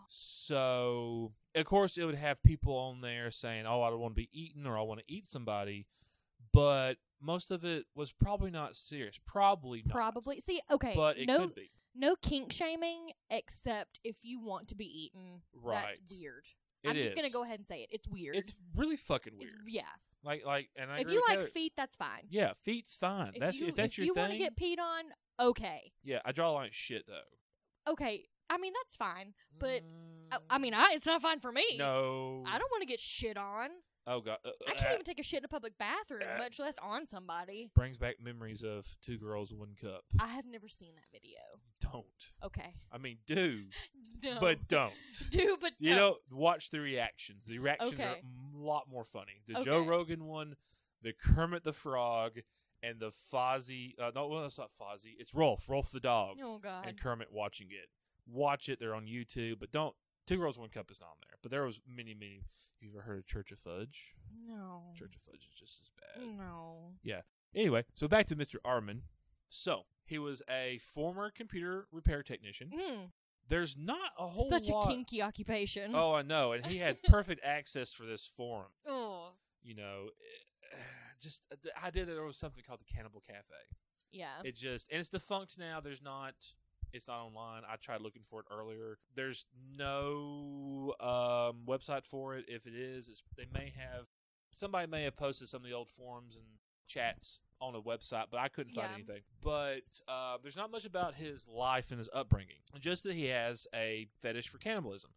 [SPEAKER 1] So of course it would have people on there saying, "Oh, I don't want to be eaten," or "I want to eat somebody," but most of it was probably not serious. Probably not.
[SPEAKER 2] Probably. See, okay.
[SPEAKER 1] But it
[SPEAKER 2] no,
[SPEAKER 1] could be.
[SPEAKER 2] no kink shaming except if you want to be eaten.
[SPEAKER 1] Right.
[SPEAKER 2] That's weird.
[SPEAKER 1] It
[SPEAKER 2] I'm just
[SPEAKER 1] is.
[SPEAKER 2] going to go ahead and say it. It's weird.
[SPEAKER 1] It's really fucking weird.
[SPEAKER 2] It's- yeah.
[SPEAKER 1] like, like, and I
[SPEAKER 2] If
[SPEAKER 1] agree
[SPEAKER 2] you
[SPEAKER 1] with
[SPEAKER 2] like
[SPEAKER 1] Taylor.
[SPEAKER 2] feet, that's fine.
[SPEAKER 1] yeah, feet's fine.
[SPEAKER 2] If
[SPEAKER 1] that's
[SPEAKER 2] you,
[SPEAKER 1] if that's
[SPEAKER 2] if
[SPEAKER 1] your
[SPEAKER 2] you want
[SPEAKER 1] thing.
[SPEAKER 2] to get peed on, okay.
[SPEAKER 1] yeah, I draw a line at shit though.
[SPEAKER 2] Okay. I mean, that's fine. But I, I
[SPEAKER 1] Mm.
[SPEAKER 2] mean, I, it's not fine for me.
[SPEAKER 1] no,
[SPEAKER 2] I don't want to get shit on.
[SPEAKER 1] Oh god, Uh,
[SPEAKER 2] I
[SPEAKER 1] uh,
[SPEAKER 2] can't even take a shit in a public bathroom,
[SPEAKER 1] Uh.
[SPEAKER 2] much less on somebody.
[SPEAKER 1] brings back memories of two girls, one cup.
[SPEAKER 2] I have never seen that video.
[SPEAKER 1] don't.
[SPEAKER 2] Okay.
[SPEAKER 1] I mean, do,
[SPEAKER 2] No.
[SPEAKER 1] but don't.
[SPEAKER 2] do but
[SPEAKER 1] You
[SPEAKER 2] don't.
[SPEAKER 1] know, watch the reactions. The reactions are
[SPEAKER 2] Okay.
[SPEAKER 1] a lot more funny. The Joe
[SPEAKER 2] Okay.
[SPEAKER 1] Rogan one, the Kermit the Frog, and the Fozzie. Uh, no, well, it's not Fozzie. It's Rolf. Rolf the dog,
[SPEAKER 2] Oh god.
[SPEAKER 1] and Kermit watching it. Watch it. They're on YouTube, but don't. Two girls, one cup is not on there. But there was many, many. You ever heard of Church of Fudge?
[SPEAKER 2] no.
[SPEAKER 1] Church of Fudge is just as bad.
[SPEAKER 2] No.
[SPEAKER 1] Anyway, so back to Mr. Arman. So he was a former computer repair technician.
[SPEAKER 2] Mm,
[SPEAKER 1] There's not a whole
[SPEAKER 2] such
[SPEAKER 1] lot.
[SPEAKER 2] a Mm. kinky occupation.
[SPEAKER 1] Oh, I know, and he had perfect access for this forum.
[SPEAKER 2] Ugh.
[SPEAKER 1] You know, eh, just the idea that there was something called the Cannibal Cafe.
[SPEAKER 2] Yeah.
[SPEAKER 1] It just and it's defunct now. There's not. It's not online. I tried looking for it earlier. There's no um, website for it. If it is, it's, they may have somebody may have posted some of the old forums and chats on a website, but I couldn't find
[SPEAKER 2] Yeah.
[SPEAKER 1] anything. But uh, there's not much about his life and his upbringing, just that he has a fetish for cannibalism.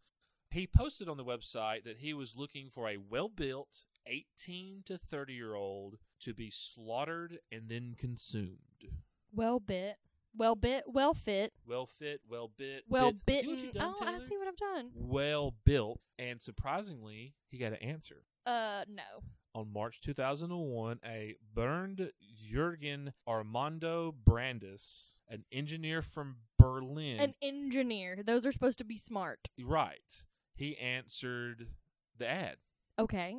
[SPEAKER 1] He posted on the website that he was looking for a well built 18 to 30 year old to be slaughtered and then consumed.
[SPEAKER 2] Well bit. Well bit. Well fit.
[SPEAKER 1] Well fit, well bit,
[SPEAKER 2] Well
[SPEAKER 1] bits. See
[SPEAKER 2] bitten.
[SPEAKER 1] what you've done,
[SPEAKER 2] oh, I
[SPEAKER 1] Taylor?
[SPEAKER 2] see what I've done.
[SPEAKER 1] Well built, and surprisingly, he got an answer.
[SPEAKER 2] Uh, no.
[SPEAKER 1] on March 2001, a burned Jürgen Armando Brandis, an engineer from Berlin,
[SPEAKER 2] An engineer. Those are supposed to be smart.
[SPEAKER 1] right? He answered the ad,
[SPEAKER 2] Okay.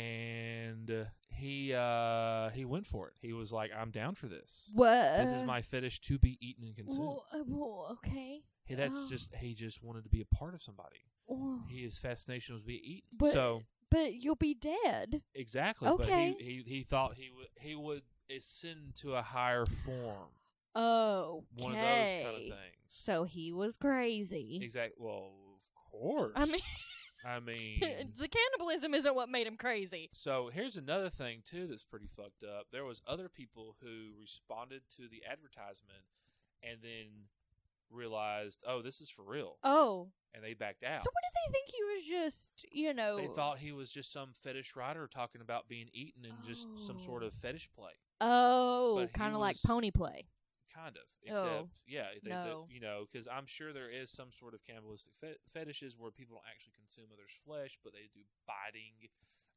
[SPEAKER 1] and uh, he uh, he went for it. He was like, "I'm down for this.
[SPEAKER 2] What?
[SPEAKER 1] this is my fetish to be eaten and consumed."
[SPEAKER 2] Well, uh, well, okay.
[SPEAKER 1] Hey, that's
[SPEAKER 2] oh.
[SPEAKER 1] just he just wanted to be a part of somebody.
[SPEAKER 2] Oh.
[SPEAKER 1] He, his fascination was being eaten.
[SPEAKER 2] But-
[SPEAKER 1] so
[SPEAKER 2] But you'll be dead.
[SPEAKER 1] exactly,
[SPEAKER 2] Okay.
[SPEAKER 1] but he, he he thought he would he would ascend to a higher form.
[SPEAKER 2] Oh, okay.
[SPEAKER 1] one of those kind of things.
[SPEAKER 2] So he was crazy.
[SPEAKER 1] Exactly. Well, of course.
[SPEAKER 2] I mean,
[SPEAKER 1] I mean.
[SPEAKER 2] the cannibalism isn't what made him crazy.
[SPEAKER 1] So here's another thing too that's pretty fucked up. There was other people who responded to the advertisement and then realized, oh, this is for real,
[SPEAKER 2] Oh,
[SPEAKER 1] and they backed out.
[SPEAKER 2] so what did they think he was just? You know,
[SPEAKER 1] they thought he was just some fetish writer talking about being eaten and just some sort
[SPEAKER 2] Oh.
[SPEAKER 1] of fetish play,
[SPEAKER 2] Oh,
[SPEAKER 1] but he
[SPEAKER 2] kind of like
[SPEAKER 1] was-
[SPEAKER 2] pony play.
[SPEAKER 1] kind of. Except,
[SPEAKER 2] Oh,
[SPEAKER 1] yeah, they,
[SPEAKER 2] no.
[SPEAKER 1] they, you know, because I'm sure there is some sort of cannibalistic fe- fetishes where people don't actually consume others' flesh, but they do biting.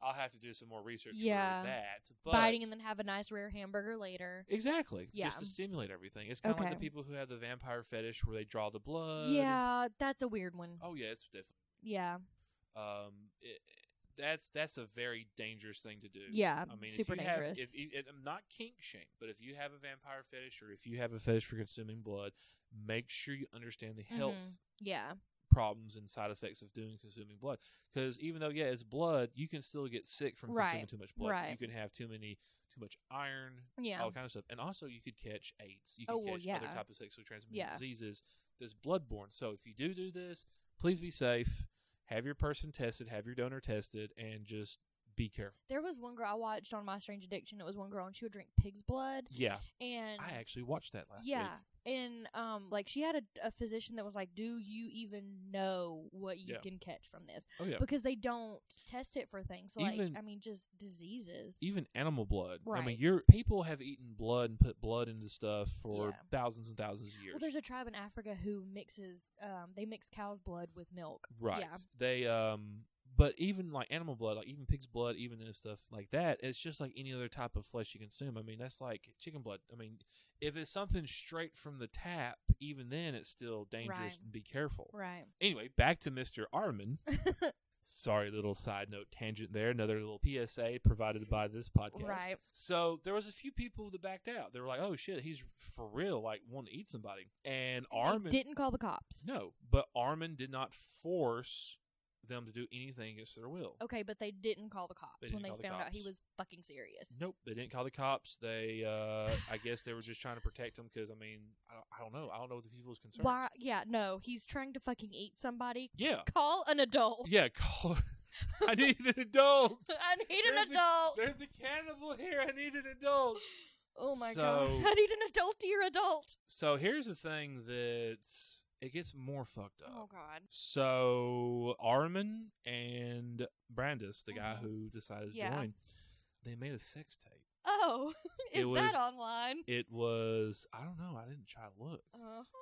[SPEAKER 1] I'll have to do some more research
[SPEAKER 2] Yeah.
[SPEAKER 1] for that. But
[SPEAKER 2] Biting and then have a nice rare hamburger later.
[SPEAKER 1] Exactly.
[SPEAKER 2] Yeah.
[SPEAKER 1] Just to stimulate everything. It's kind of like
[SPEAKER 2] Okay.
[SPEAKER 1] the people who have the vampire fetish where they draw the blood.
[SPEAKER 2] yeah, that's a weird one.
[SPEAKER 1] Oh yeah, it's different.
[SPEAKER 2] Yeah.
[SPEAKER 1] Um, it, that's that's a very dangerous thing to do.
[SPEAKER 2] Yeah.
[SPEAKER 1] I mean,
[SPEAKER 2] Um, super
[SPEAKER 1] if you
[SPEAKER 2] dangerous.
[SPEAKER 1] Have, if, you- it- I'm not kink shame, but if you have a vampire fetish or if you have a fetish for consuming blood, make sure you understand the health
[SPEAKER 2] Mhm. yeah.
[SPEAKER 1] problems and side effects of doing consuming blood. Because even though yeah, it's blood, you can still get sick from consuming
[SPEAKER 2] Right.
[SPEAKER 1] too much blood. You
[SPEAKER 2] Right.
[SPEAKER 1] can have too many, too much iron,
[SPEAKER 2] Yeah.
[SPEAKER 1] all kind of stuff. And also, you could catch AIDS. You could
[SPEAKER 2] Oh, well,
[SPEAKER 1] catch other
[SPEAKER 2] yeah.
[SPEAKER 1] types of sexually transmitted
[SPEAKER 2] Yeah.
[SPEAKER 1] diseases that's bloodborne. So if you do do this, please be safe. Have your person tested. Have your donor tested, and just be careful.
[SPEAKER 2] There was one girl I watched on My Strange Addiction. It was one girl and she would drink pig's blood
[SPEAKER 1] Yeah,
[SPEAKER 2] and
[SPEAKER 1] I actually watched that last
[SPEAKER 2] yeah.
[SPEAKER 1] week.
[SPEAKER 2] And um, like she had a, a physician that was like, "Do you even know what you
[SPEAKER 1] Yeah.
[SPEAKER 2] can catch from this?"
[SPEAKER 1] Oh yeah,
[SPEAKER 2] Because they don't test it for things. So
[SPEAKER 1] Even-
[SPEAKER 2] like, I mean, just diseases.
[SPEAKER 1] even animal blood. I mean,
[SPEAKER 2] Right.
[SPEAKER 1] your people have eaten blood and put blood into stuff for
[SPEAKER 2] Yeah.
[SPEAKER 1] thousands and thousands of years.
[SPEAKER 2] Well, there's a tribe in Africa who mixes, um, they mix cow's blood with milk.
[SPEAKER 1] Right.
[SPEAKER 2] Yeah.
[SPEAKER 1] They um but even like animal blood, like even pig's blood, even and stuff like that, it's just like any other type of flesh you consume. I mean, that's like chicken blood. I mean, if it's something straight from the tap, even then it's still dangerous
[SPEAKER 2] Right.
[SPEAKER 1] and be careful.
[SPEAKER 2] Right.
[SPEAKER 1] Anyway, back to Mr. Armin. Sorry, little side note tangent there. Another little PSA provided by this podcast.
[SPEAKER 2] Right.
[SPEAKER 1] So there was a few people that backed out. They were like, "Oh shit, he's for real, like wanting to eat somebody." And Armin
[SPEAKER 2] didn't call the cops.
[SPEAKER 1] no, but Armin did not force them to do anything against their will.
[SPEAKER 2] Okay, but they didn't call the cops
[SPEAKER 1] They didn't
[SPEAKER 2] when they
[SPEAKER 1] call the
[SPEAKER 2] found out he
[SPEAKER 1] cops.
[SPEAKER 2] was fucking serious.
[SPEAKER 1] Nope, they didn't call the cops. They, uh, I guess, they were just trying to protect him because I mean, I don't, I don't know. I don't know the people's concerns.
[SPEAKER 2] Why? Yeah, no, he's trying to fucking eat somebody.
[SPEAKER 1] Yeah,
[SPEAKER 2] Call an adult.
[SPEAKER 1] yeah. Call. I need an adult.
[SPEAKER 2] I need an
[SPEAKER 1] There's a-
[SPEAKER 2] adult.
[SPEAKER 1] There's a cannibal here. I need an adult.
[SPEAKER 2] oh my
[SPEAKER 1] So-
[SPEAKER 2] god, I need an adult to your adult.
[SPEAKER 1] So here's the thing that it gets more fucked up.
[SPEAKER 2] Oh god.
[SPEAKER 1] So Armin and Brandis, the guy
[SPEAKER 2] Mhm.
[SPEAKER 1] who decided to
[SPEAKER 2] Yeah.
[SPEAKER 1] join, they made a sex tape.
[SPEAKER 2] Oh,
[SPEAKER 1] It
[SPEAKER 2] is
[SPEAKER 1] was-
[SPEAKER 2] that online?
[SPEAKER 1] It was I don't know, I didn't try to look.
[SPEAKER 2] Oh.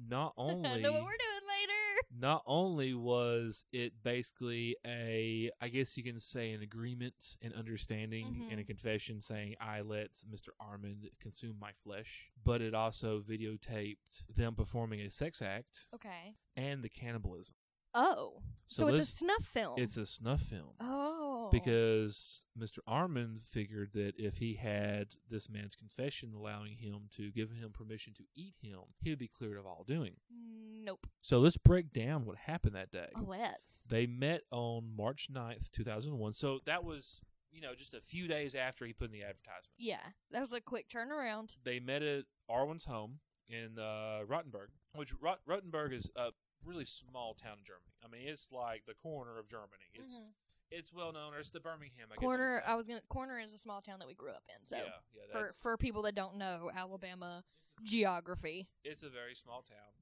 [SPEAKER 1] Not
[SPEAKER 2] I
[SPEAKER 1] only
[SPEAKER 2] know what we're doing later.
[SPEAKER 1] not only was it basically a I guess you can say an agreement and understanding
[SPEAKER 2] Mm-hmm.
[SPEAKER 1] and a confession saying I let Mr. Armand consume my flesh, but it also videotaped them performing a sex act
[SPEAKER 2] Okay.
[SPEAKER 1] and the cannibalism.
[SPEAKER 2] Oh, so,
[SPEAKER 1] So
[SPEAKER 2] it's a
[SPEAKER 1] this-
[SPEAKER 2] snuff film.
[SPEAKER 1] It's a snuff film.
[SPEAKER 2] oh,
[SPEAKER 1] Because Mr. Armand figured that if he had this man's confession allowing him to give him permission to eat him, he would be cleared of all doing.
[SPEAKER 2] nope.
[SPEAKER 1] So let's break down what happened that day.
[SPEAKER 2] Oh, let's.
[SPEAKER 1] They met on March 9th, 2001. So that was, you know, just a few days after he put in the advertisement.
[SPEAKER 2] Yeah, that was a quick turnaround.
[SPEAKER 1] They met at Arwen's home in uh, Rottenburg, which Rot- Rottenburg is a really small town in Germany. I mean, it's like the corner of Germany. It's
[SPEAKER 2] Mhm.
[SPEAKER 1] it's well known, or it's the Birmingham, I guess.
[SPEAKER 2] Corner.
[SPEAKER 1] it's-
[SPEAKER 2] I was gonna. Corner is a small town that we grew up in. So
[SPEAKER 1] yeah, yeah,
[SPEAKER 2] for
[SPEAKER 1] that's,
[SPEAKER 2] for people that don't know Alabama geography,
[SPEAKER 1] it's a very small town.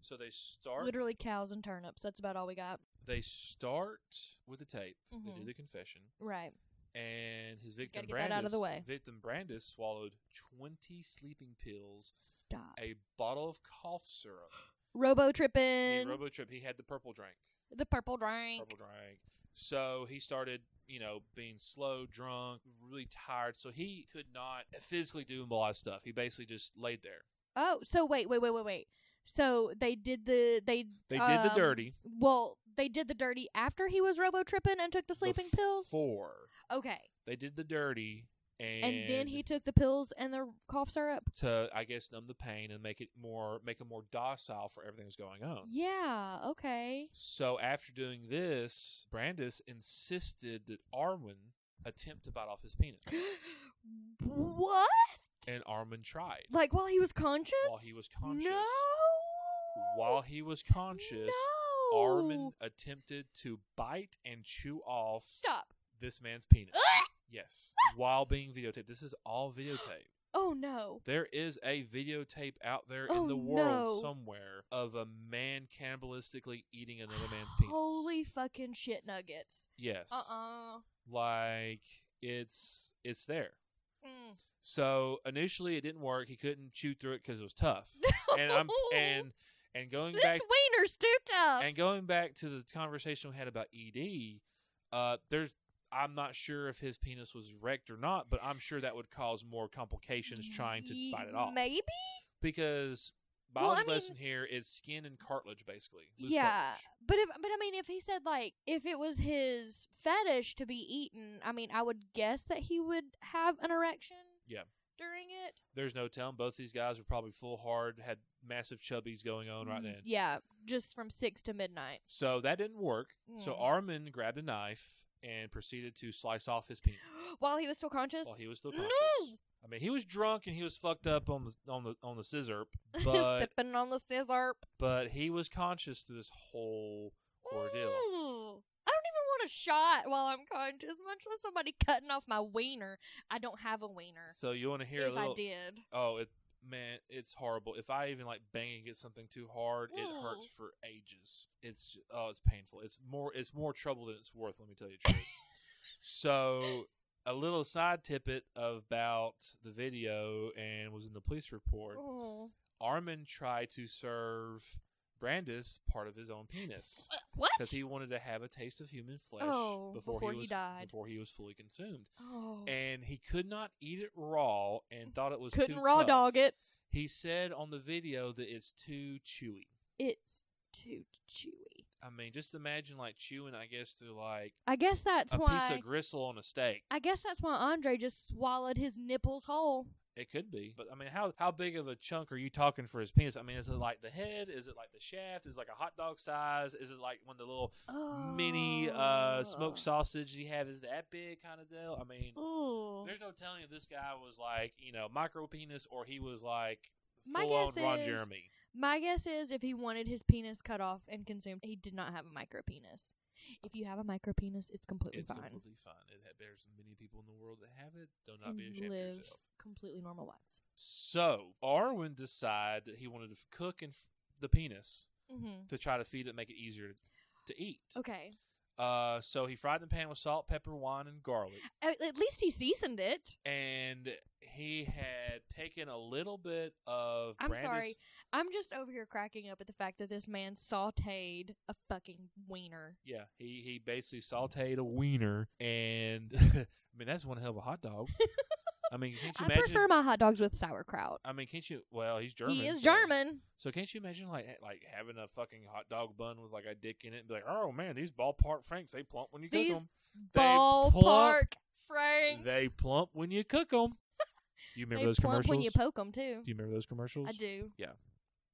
[SPEAKER 1] So they start
[SPEAKER 2] literally cows and turnips. That's about all we got.
[SPEAKER 1] they start with the tape. They do
[SPEAKER 2] Mhm.
[SPEAKER 1] the confession,
[SPEAKER 2] Right.
[SPEAKER 1] and his victim
[SPEAKER 2] gotta get that
[SPEAKER 1] Brandis,
[SPEAKER 2] out of the way.
[SPEAKER 1] victim Brandis swallowed twenty sleeping pills,
[SPEAKER 2] Stop.
[SPEAKER 1] a bottle of cough syrup,
[SPEAKER 2] Robo
[SPEAKER 1] and
[SPEAKER 2] tripping.
[SPEAKER 1] RoboTrip. He had the purple drink.
[SPEAKER 2] the purple drink.
[SPEAKER 1] Purple drink. So he started, you know, being slow, drunk, really tired. So he could not physically do a lot of stuff. He basically just laid there.
[SPEAKER 2] Oh, so wait, wait, wait, wait, wait. So they did the they
[SPEAKER 1] They did the
[SPEAKER 2] Um,
[SPEAKER 1] dirty.
[SPEAKER 2] well they did the dirty after he was robo tripping and took the sleeping pills.
[SPEAKER 1] Four.
[SPEAKER 2] Okay,
[SPEAKER 1] They did the dirty, and,
[SPEAKER 2] and, then he took the pills and the cough syrup.
[SPEAKER 1] to I guess numb the pain and make it more make him more docile for everything that's going on.
[SPEAKER 2] Yeah. Okay.
[SPEAKER 1] So after doing this, Brandis insisted that Armin attempt to bite off his penis,
[SPEAKER 2] what?
[SPEAKER 1] and Armin tried
[SPEAKER 2] Like while he was conscious?
[SPEAKER 1] while he was conscious.
[SPEAKER 2] No.
[SPEAKER 1] While he was conscious,
[SPEAKER 2] no.
[SPEAKER 1] Armin attempted to bite and chew off
[SPEAKER 2] Stop.
[SPEAKER 1] this man's penis.
[SPEAKER 2] Ah!
[SPEAKER 1] yes, while being videotaped. This is all videotape.
[SPEAKER 2] Oh no.
[SPEAKER 1] There is a videotape out there
[SPEAKER 2] Oh,
[SPEAKER 1] in the world
[SPEAKER 2] no.
[SPEAKER 1] somewhere of a man cannibalistically eating another man's penis.
[SPEAKER 2] Holy fucking shit nuggets.
[SPEAKER 1] yes,
[SPEAKER 2] Uh uh
[SPEAKER 1] like it's it's there. So initially, it didn't work. He couldn't chew through it because it was tough. and I'm and and going
[SPEAKER 2] this
[SPEAKER 1] back
[SPEAKER 2] wiener's too tough.
[SPEAKER 1] and going back to the conversation we had about ED. Uh, there's I'm not sure if his penis was wrecked or not, but I'm sure that would cause more complications trying to
[SPEAKER 2] Ye-
[SPEAKER 1] bite it off
[SPEAKER 2] Maybe.
[SPEAKER 1] because
[SPEAKER 2] Well,
[SPEAKER 1] biology
[SPEAKER 2] I mean-
[SPEAKER 1] lesson here is skin and cartilage basically. Loose
[SPEAKER 2] yeah,
[SPEAKER 1] cartilage.
[SPEAKER 2] but if but I mean, if he said like if it was his fetish to be eaten, I mean, I would guess that he would have an erection.
[SPEAKER 1] Yeah.
[SPEAKER 2] During it.
[SPEAKER 1] There's no telling. Both these guys were probably full hard, had massive chubbies going on right then.
[SPEAKER 2] Mm, Yeah, just from six to midnight.
[SPEAKER 1] So that didn't work. So
[SPEAKER 2] Mm.
[SPEAKER 1] Armin grabbed a knife and proceeded to slice off his penis
[SPEAKER 2] While he was still conscious.
[SPEAKER 1] while he was still
[SPEAKER 2] No!
[SPEAKER 1] conscious. I mean, he was drunk and he was fucked up on the on the on the scissor, but
[SPEAKER 2] sipping on the scissor.
[SPEAKER 1] but he was conscious through this whole ordeal.
[SPEAKER 2] Ooh. I don't even want a shot while I'm conscious, much less somebody cutting off my wiener. I don't have a wiener.
[SPEAKER 1] So you want to hear a
[SPEAKER 2] if
[SPEAKER 1] little?
[SPEAKER 2] I did,
[SPEAKER 1] Oh, it man, it's horrible. If I even like bang against something too hard, it hurts
[SPEAKER 2] Ooh.
[SPEAKER 1] for ages. It's ju- oh, it's painful. It's more it's more trouble than it's worth. Let me tell you the truth. so, a little side tippet about the video and was in the police report.
[SPEAKER 2] Ooh.
[SPEAKER 1] Armin tried to serve Brandis part of his own penis
[SPEAKER 2] uh, what?
[SPEAKER 1] because he wanted to have a taste of human flesh
[SPEAKER 2] Oh,
[SPEAKER 1] before,
[SPEAKER 2] before
[SPEAKER 1] he
[SPEAKER 2] he
[SPEAKER 1] was
[SPEAKER 2] died.
[SPEAKER 1] before he was fully consumed.
[SPEAKER 2] Oh.
[SPEAKER 1] And he could not eat it raw and thought it was
[SPEAKER 2] Couldn't
[SPEAKER 1] too
[SPEAKER 2] raw
[SPEAKER 1] tough.
[SPEAKER 2] dog it.
[SPEAKER 1] He said on the video that it's too chewy.
[SPEAKER 2] It's too chewy.
[SPEAKER 1] I mean, just imagine like chewing, I guess, through like
[SPEAKER 2] I guess that's
[SPEAKER 1] a
[SPEAKER 2] why.
[SPEAKER 1] piece of gristle on a steak.
[SPEAKER 2] I guess that's why Andre just swallowed his nipples whole.
[SPEAKER 1] It could be, but I mean, how how big of a chunk are you talking for his penis? I mean, is it like the head? Is it like the shaft? Is it like a hot dog size? Is it like one of the little mini uh, smoked sausage you have? Is it that big kind of deal? I mean,
[SPEAKER 2] Oh. Ooh.
[SPEAKER 1] there's no telling if this guy was like you know micro penis or he was like
[SPEAKER 2] My
[SPEAKER 1] full on
[SPEAKER 2] guess
[SPEAKER 1] Ron
[SPEAKER 2] is-
[SPEAKER 1] Jeremy.
[SPEAKER 2] My guess is if he wanted his penis cut off and consumed, he did not have a micro penis. If you have a micro penis, it's completely
[SPEAKER 1] It's
[SPEAKER 2] fine.
[SPEAKER 1] completely fine. It, ha- there's many people in the world that have it. Do not be
[SPEAKER 2] and
[SPEAKER 1] ashamed of
[SPEAKER 2] live
[SPEAKER 1] yourself.
[SPEAKER 2] completely normal lives.
[SPEAKER 1] So Arwen decided that he wanted to f- cook and f- the penis
[SPEAKER 2] Mm-hmm.
[SPEAKER 1] to try to feed it, make it easier to, to eat.
[SPEAKER 2] Okay.
[SPEAKER 1] Uh, so he fried it in the pan with salt, pepper, wine, and garlic.
[SPEAKER 2] At, at least he seasoned it.
[SPEAKER 1] And he had taken a little bit of.
[SPEAKER 2] I'm
[SPEAKER 1] Brandis-
[SPEAKER 2] sorry. I'm just over here cracking up at the fact that this man sauteed a fucking wiener.
[SPEAKER 1] Yeah, he he basically sauteed a wiener, and I mean that's one hell of a hot dog. I mean, can't you
[SPEAKER 2] I
[SPEAKER 1] imagine?
[SPEAKER 2] prefer my hot dogs with sauerkraut.
[SPEAKER 1] I mean, can't you? Well, he's German.
[SPEAKER 2] he is
[SPEAKER 1] so-
[SPEAKER 2] German.
[SPEAKER 1] So can't you imagine like ha- like having a fucking hot dog bun with like a dick in it and be like, oh man, these ballpark franks they plump when you cook 'em.
[SPEAKER 2] These
[SPEAKER 1] cook them. They
[SPEAKER 2] Ballpark Frank.
[SPEAKER 1] They plump when you cook them. Do you remember those
[SPEAKER 2] plump
[SPEAKER 1] commercials?
[SPEAKER 2] when you
[SPEAKER 1] do
[SPEAKER 2] poke them too.
[SPEAKER 1] you remember those commercials?
[SPEAKER 2] I do.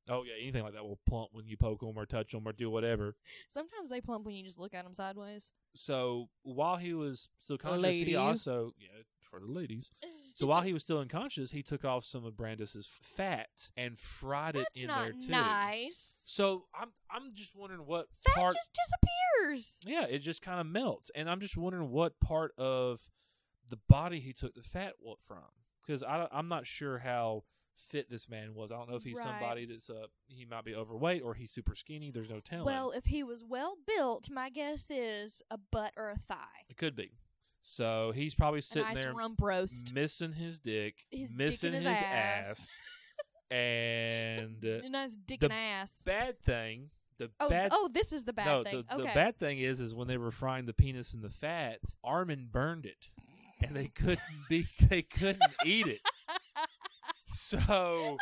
[SPEAKER 1] Oh yeah, anything like that will plump when you poke them or touch them or do whatever.
[SPEAKER 2] Sometimes they plump when you just look at them sideways.
[SPEAKER 1] So while he was still conscious, he
[SPEAKER 2] ladies.
[SPEAKER 1] also yeah for the ladies. So while he was still unconscious, he took off some of Brandis's fat and fried
[SPEAKER 2] that's
[SPEAKER 1] it in
[SPEAKER 2] not
[SPEAKER 1] there too.
[SPEAKER 2] nice.
[SPEAKER 1] So I'm I'm just wondering what
[SPEAKER 2] That
[SPEAKER 1] part
[SPEAKER 2] just disappears.
[SPEAKER 1] Yeah, it just kind of melts. And I'm just wondering what part of the body he took the fat wa- from. Because I'm not sure how fit this man was. I don't know if he's
[SPEAKER 2] Right.
[SPEAKER 1] somebody that's uh he might be overweight or he's super skinny. There's no telling.
[SPEAKER 2] Well, if he was well built, my guess is a butt or a thigh.
[SPEAKER 1] it could be. So he's probably
[SPEAKER 2] A
[SPEAKER 1] sitting
[SPEAKER 2] nice
[SPEAKER 1] there
[SPEAKER 2] rump roast.
[SPEAKER 1] missing his dick,
[SPEAKER 2] His dick in
[SPEAKER 1] missing
[SPEAKER 2] his
[SPEAKER 1] his,
[SPEAKER 2] ass.
[SPEAKER 1] ass, and uh,
[SPEAKER 2] A nice dick
[SPEAKER 1] the
[SPEAKER 2] and ass.
[SPEAKER 1] bad thing. The
[SPEAKER 2] Oh,
[SPEAKER 1] bad
[SPEAKER 2] oh, this is the bad
[SPEAKER 1] no,
[SPEAKER 2] thing.
[SPEAKER 1] The,
[SPEAKER 2] okay.
[SPEAKER 1] the bad thing is, is when they were frying the penis in the fat, Armin burned it, and they couldn't be, they couldn't eat it. So,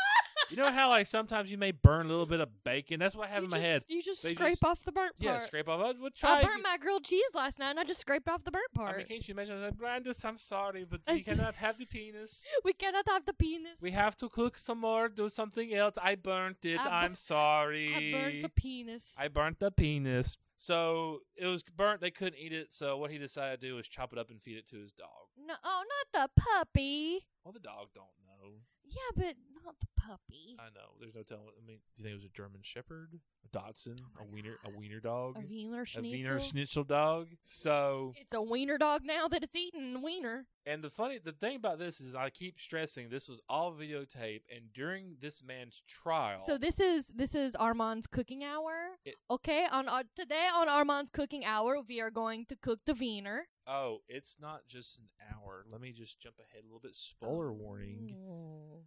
[SPEAKER 1] you know how like sometimes you may burn a little bit of bacon. That's what I have
[SPEAKER 2] you
[SPEAKER 1] in my
[SPEAKER 2] just,
[SPEAKER 1] head.
[SPEAKER 2] You just
[SPEAKER 1] They
[SPEAKER 2] scrape
[SPEAKER 1] just-
[SPEAKER 2] off the burnt
[SPEAKER 1] Yeah,
[SPEAKER 2] part.
[SPEAKER 1] scrape off. I would try.
[SPEAKER 2] I
[SPEAKER 1] it.
[SPEAKER 2] burnt my grilled cheese last night and I just scraped off the burnt
[SPEAKER 1] I
[SPEAKER 2] part.
[SPEAKER 1] mean, can't you imagine that, Brandis? I'm sorry, but
[SPEAKER 2] I
[SPEAKER 1] we
[SPEAKER 2] see.
[SPEAKER 1] cannot have the penis.
[SPEAKER 2] we cannot have the penis.
[SPEAKER 1] We have to cook some more. Do something else. I burnt it.
[SPEAKER 2] I bur-
[SPEAKER 1] I'm sorry.
[SPEAKER 2] I burnt the penis.
[SPEAKER 1] I burnt the penis. So it was burnt. They couldn't eat it. So what he decided to do was chop it up and feed it to his dog.
[SPEAKER 2] no, oh, not the puppy.
[SPEAKER 1] Well, the dog don't know.
[SPEAKER 2] Yeah, but not the puppy.
[SPEAKER 1] I know. There's no telling. I mean, do you think it was a German Shepherd, a Dotson,
[SPEAKER 2] Oh my
[SPEAKER 1] a wiener, a wiener dog,
[SPEAKER 2] a wiener
[SPEAKER 1] a
[SPEAKER 2] schnitzel.
[SPEAKER 1] wiener schnitzel dog? So,
[SPEAKER 2] it's a wiener dog now that it's eating wiener.
[SPEAKER 1] and the funny, the thing about this is, I keep stressing this was all videotape, and during this man's trial,
[SPEAKER 2] So this is this is Armand's cooking hour.
[SPEAKER 1] It-
[SPEAKER 2] okay, on our, today on Armand's cooking hour, we are going to cook the wiener.
[SPEAKER 1] oh, it's not just an hour. Let me just jump ahead a little bit. Spoiler warning:
[SPEAKER 2] Oh.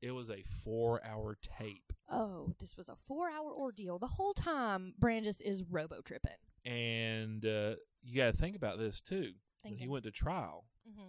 [SPEAKER 1] it was a four-hour tape.
[SPEAKER 2] Oh, this was a four-hour ordeal. The whole time, Brandis is robo tripping.
[SPEAKER 1] And uh, you got to think about this too. When he went to trial,
[SPEAKER 2] mm-hmm.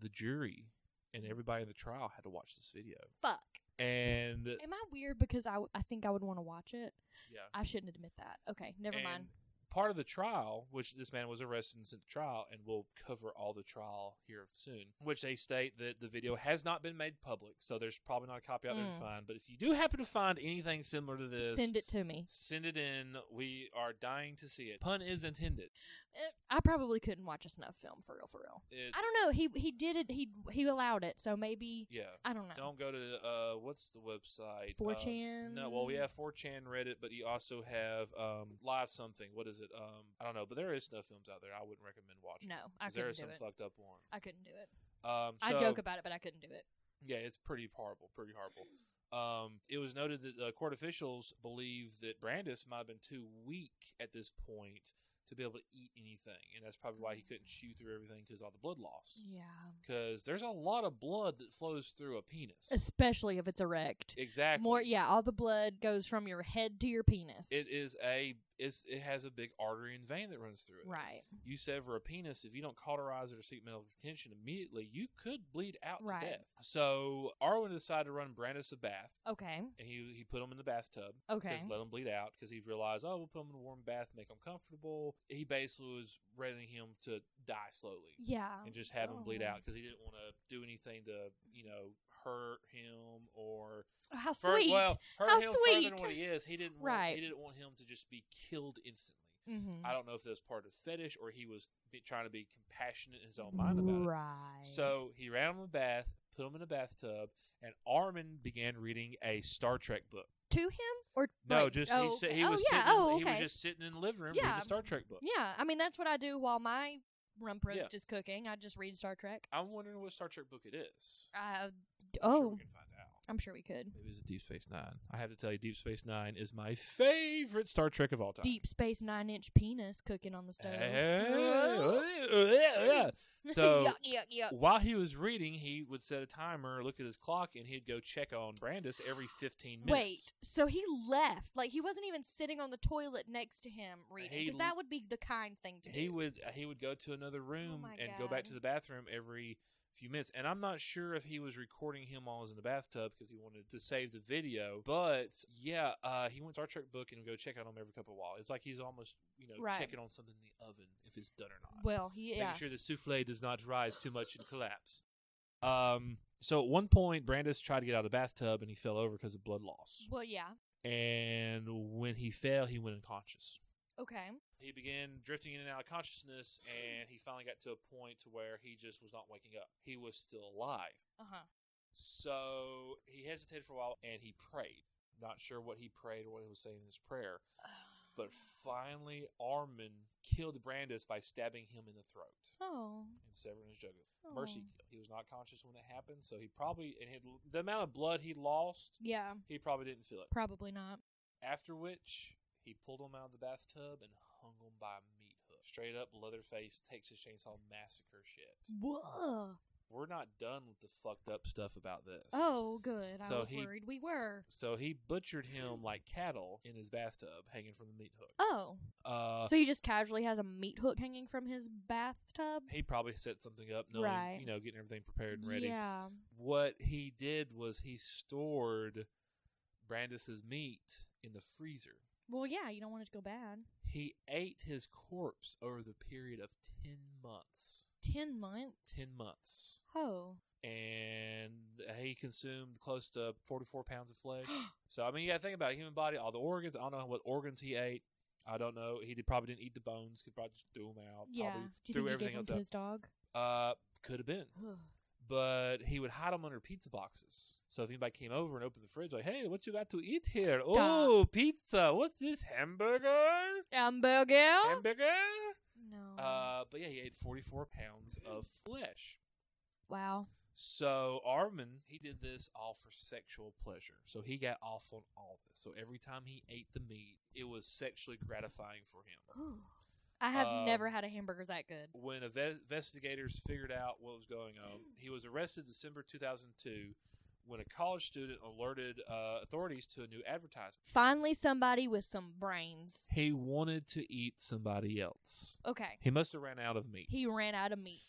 [SPEAKER 1] the jury and everybody in the trial had to watch this video.
[SPEAKER 2] Fuck.
[SPEAKER 1] And uh,
[SPEAKER 2] Am I weird because I, w- I think I would want to watch it?
[SPEAKER 1] yeah,
[SPEAKER 2] I shouldn't admit that. Okay, never
[SPEAKER 1] and
[SPEAKER 2] mind.
[SPEAKER 1] Part of the trial, which this man was arrested and sent to trial, and we'll cover all the trial here soon. Which they state that the video has not been made public, so there's probably not a copy out there
[SPEAKER 2] Mm.
[SPEAKER 1] to find. But if you do happen to find anything similar to this,
[SPEAKER 2] Send it to me.
[SPEAKER 1] send it in. We are dying to see it. Pun is intended.
[SPEAKER 2] Eh, I probably couldn't watch a snuff film for real, for real.
[SPEAKER 1] It,
[SPEAKER 2] I don't know. He he did it. He he allowed it. So maybe
[SPEAKER 1] yeah.
[SPEAKER 2] I don't know.
[SPEAKER 1] Don't go to uh, what's the website? Uh,
[SPEAKER 2] 4chan?
[SPEAKER 1] no, well, we have 4chan, Reddit, but you also have um, live something. What is it? Um, I don't know, but there is snuff films out there. I wouldn't recommend watching.
[SPEAKER 2] no,
[SPEAKER 1] 'cause
[SPEAKER 2] I
[SPEAKER 1] there are
[SPEAKER 2] couldn't do
[SPEAKER 1] some
[SPEAKER 2] it.
[SPEAKER 1] fucked up ones.
[SPEAKER 2] I couldn't do it.
[SPEAKER 1] um,
[SPEAKER 2] I
[SPEAKER 1] so-
[SPEAKER 2] joke about it, but I couldn't do it.
[SPEAKER 1] Yeah, it's pretty horrible. Pretty horrible. Um, it was noted that uh, court officials believe that Brandis might have been too weak at this point to be able to eat anything, and that's probably why he couldn't chew through everything because all the blood loss.
[SPEAKER 2] Mm. Yeah,
[SPEAKER 1] Because there's a lot of blood that flows through a penis.
[SPEAKER 2] especially if it's erect.
[SPEAKER 1] exactly.
[SPEAKER 2] More, yeah. All the blood goes from your head to your penis.
[SPEAKER 1] It is a it's, it has a big artery and vein that runs through it.
[SPEAKER 2] right,
[SPEAKER 1] You sever a penis if you don't cauterize it or seek medical attention immediately, you could bleed out
[SPEAKER 2] Right.
[SPEAKER 1] to death. So Arwen decided to run Brandis a bath,
[SPEAKER 2] okay,
[SPEAKER 1] and he he put him in the bathtub.
[SPEAKER 2] okay.
[SPEAKER 1] Just let him bleed out because he realized, oh, we'll put him in a warm bath, make him comfortable. He basically was readying him to die slowly
[SPEAKER 2] Yeah,
[SPEAKER 1] and just have him bleed
[SPEAKER 2] Oh.
[SPEAKER 1] out because he didn't want to do anything to, you know, hurt him or
[SPEAKER 2] How
[SPEAKER 1] Fur-
[SPEAKER 2] sweet.
[SPEAKER 1] Well, hurt
[SPEAKER 2] How
[SPEAKER 1] him further
[SPEAKER 2] sweet.
[SPEAKER 1] than what he is. He didn't want,
[SPEAKER 2] Right.
[SPEAKER 1] He didn't want him to just be killed instantly.
[SPEAKER 2] mm-hmm.
[SPEAKER 1] I don't know if that was part of fetish or he was be, trying to be compassionate in his own mind about
[SPEAKER 2] Right.
[SPEAKER 1] it. So he ran him in the bath, put him in a bathtub, and Armin began reading a Star Trek book.
[SPEAKER 2] to him or
[SPEAKER 1] No,
[SPEAKER 2] like-
[SPEAKER 1] just
[SPEAKER 2] oh,
[SPEAKER 1] he, sa-
[SPEAKER 2] okay.
[SPEAKER 1] he
[SPEAKER 2] oh,
[SPEAKER 1] was
[SPEAKER 2] yeah.
[SPEAKER 1] sitting. in-
[SPEAKER 2] oh,
[SPEAKER 1] He
[SPEAKER 2] okay.
[SPEAKER 1] was just sitting in the living room reading
[SPEAKER 2] Yeah.
[SPEAKER 1] a Star Trek book.
[SPEAKER 2] yeah. I mean, that's what I do while my rump roast
[SPEAKER 1] Yeah.
[SPEAKER 2] is cooking. I just read Star Trek.
[SPEAKER 1] I'm wondering what Star Trek book it is.
[SPEAKER 2] Uh,
[SPEAKER 1] I'm sure
[SPEAKER 2] oh,
[SPEAKER 1] we can find out.
[SPEAKER 2] I'm sure we could.
[SPEAKER 1] Maybe it's Deep Space Nine. I have to tell you, Deep Space Nine is my favorite Star Trek of all time.
[SPEAKER 2] Deep space nine inch penis cooking on the stove.
[SPEAKER 1] Hey. So-
[SPEAKER 2] yuck, yuck, yuck.
[SPEAKER 1] While he was reading, he would set a timer, look at his clock, and he'd go check on Brandis every 15 minutes.
[SPEAKER 2] Wait, so he left. Like, he wasn't even sitting on the toilet next to him reading.
[SPEAKER 1] He
[SPEAKER 2] Because
[SPEAKER 1] l-
[SPEAKER 2] that would be the kind thing to do.
[SPEAKER 1] He would he would go to another room
[SPEAKER 2] Oh my
[SPEAKER 1] and go back
[SPEAKER 2] God.
[SPEAKER 1] to the bathroom every few minutes. And I'm not sure if he was recording him while he was in the bathtub because he wanted to save the video. But yeah, uh, he went to our Trek book and would go check on him every couple of while. It's like he's almost you know
[SPEAKER 2] Right.
[SPEAKER 1] checking on something in the oven if it's done or not.
[SPEAKER 2] Well, he, yeah.
[SPEAKER 1] making sure the souffle does not rise too much and collapse. Um, so at one point, Brandis tried to get out of the bathtub and he fell over because of blood loss.
[SPEAKER 2] Well, yeah.
[SPEAKER 1] And when he fell, he went unconscious.
[SPEAKER 2] Okay.
[SPEAKER 1] He began drifting in and out of consciousness, and he finally got to a point to where he just was not waking up. He was still alive.
[SPEAKER 2] Uh huh.
[SPEAKER 1] So he hesitated for a while and he prayed. Not sure what he prayed or what he was saying in his prayer. But finally, Armin killed Brandis by stabbing him in the throat
[SPEAKER 2] Oh.
[SPEAKER 1] and severing his jugular.
[SPEAKER 2] oh.
[SPEAKER 1] Mercy killed. He was not conscious when it happened, so he probably and had, the amount of blood he lost,
[SPEAKER 2] Yeah,
[SPEAKER 1] he probably didn't feel it.
[SPEAKER 2] probably not.
[SPEAKER 1] After which, he pulled him out of the bathtub and hung him by a meat hook. Straight up, Leatherface takes his chainsaw massacre shit.
[SPEAKER 2] Mm. Whoa.
[SPEAKER 1] We're not done with the fucked up stuff about this.
[SPEAKER 2] Oh, good. I
[SPEAKER 1] So
[SPEAKER 2] was
[SPEAKER 1] he-
[SPEAKER 2] worried we were.
[SPEAKER 1] So he butchered him like cattle in his bathtub, hanging from the meat hook.
[SPEAKER 2] Oh.
[SPEAKER 1] Uh,
[SPEAKER 2] so he just casually has a meat hook hanging from his bathtub?
[SPEAKER 1] he probably set something up, knowing,
[SPEAKER 2] Right.
[SPEAKER 1] you know, getting everything prepared and ready.
[SPEAKER 2] Yeah.
[SPEAKER 1] What he did was he stored Brandis's meat in the freezer.
[SPEAKER 2] Well, yeah, you don't want it to go bad.
[SPEAKER 1] He ate his corpse over the period of 10 months.
[SPEAKER 2] Ten months?
[SPEAKER 1] 10 months.
[SPEAKER 2] Oh.
[SPEAKER 1] And he consumed close to 44 pounds of flesh. so, I mean, you got to think about it. Human body, all the organs. I don't know what organs he ate. I don't know. He did, probably didn't eat the bones. Could probably just threw them out.
[SPEAKER 2] Yeah.
[SPEAKER 1] Probably
[SPEAKER 2] Do you
[SPEAKER 1] threw
[SPEAKER 2] think he
[SPEAKER 1] everything
[SPEAKER 2] gave him
[SPEAKER 1] else
[SPEAKER 2] to
[SPEAKER 1] out.
[SPEAKER 2] his dog?
[SPEAKER 1] Uh, could have been.
[SPEAKER 2] Ugh.
[SPEAKER 1] But he would hide them under pizza boxes. So if anybody came over and opened the fridge, like, hey, what you got to eat here?
[SPEAKER 2] Stop.
[SPEAKER 1] Oh, pizza. What's this? Hamburger?
[SPEAKER 2] Hamburger?
[SPEAKER 1] Hamburger?
[SPEAKER 2] no.
[SPEAKER 1] Uh, but yeah, he ate 44 pounds of flesh.
[SPEAKER 2] wow.
[SPEAKER 1] So Armin, he did this all for sexual pleasure. So he got off on all this. So every time he ate the meat, it was sexually gratifying for him.
[SPEAKER 2] I have
[SPEAKER 1] Um,
[SPEAKER 2] never had a hamburger that good.
[SPEAKER 1] When inve- investigators figured out what was going on, he was arrested December 2002 when a college student alerted uh, authorities to a new advertisement.
[SPEAKER 2] Finally, somebody with some brains.
[SPEAKER 1] He wanted to eat somebody else.
[SPEAKER 2] Okay.
[SPEAKER 1] He must have ran out of meat.
[SPEAKER 2] He ran out of meat.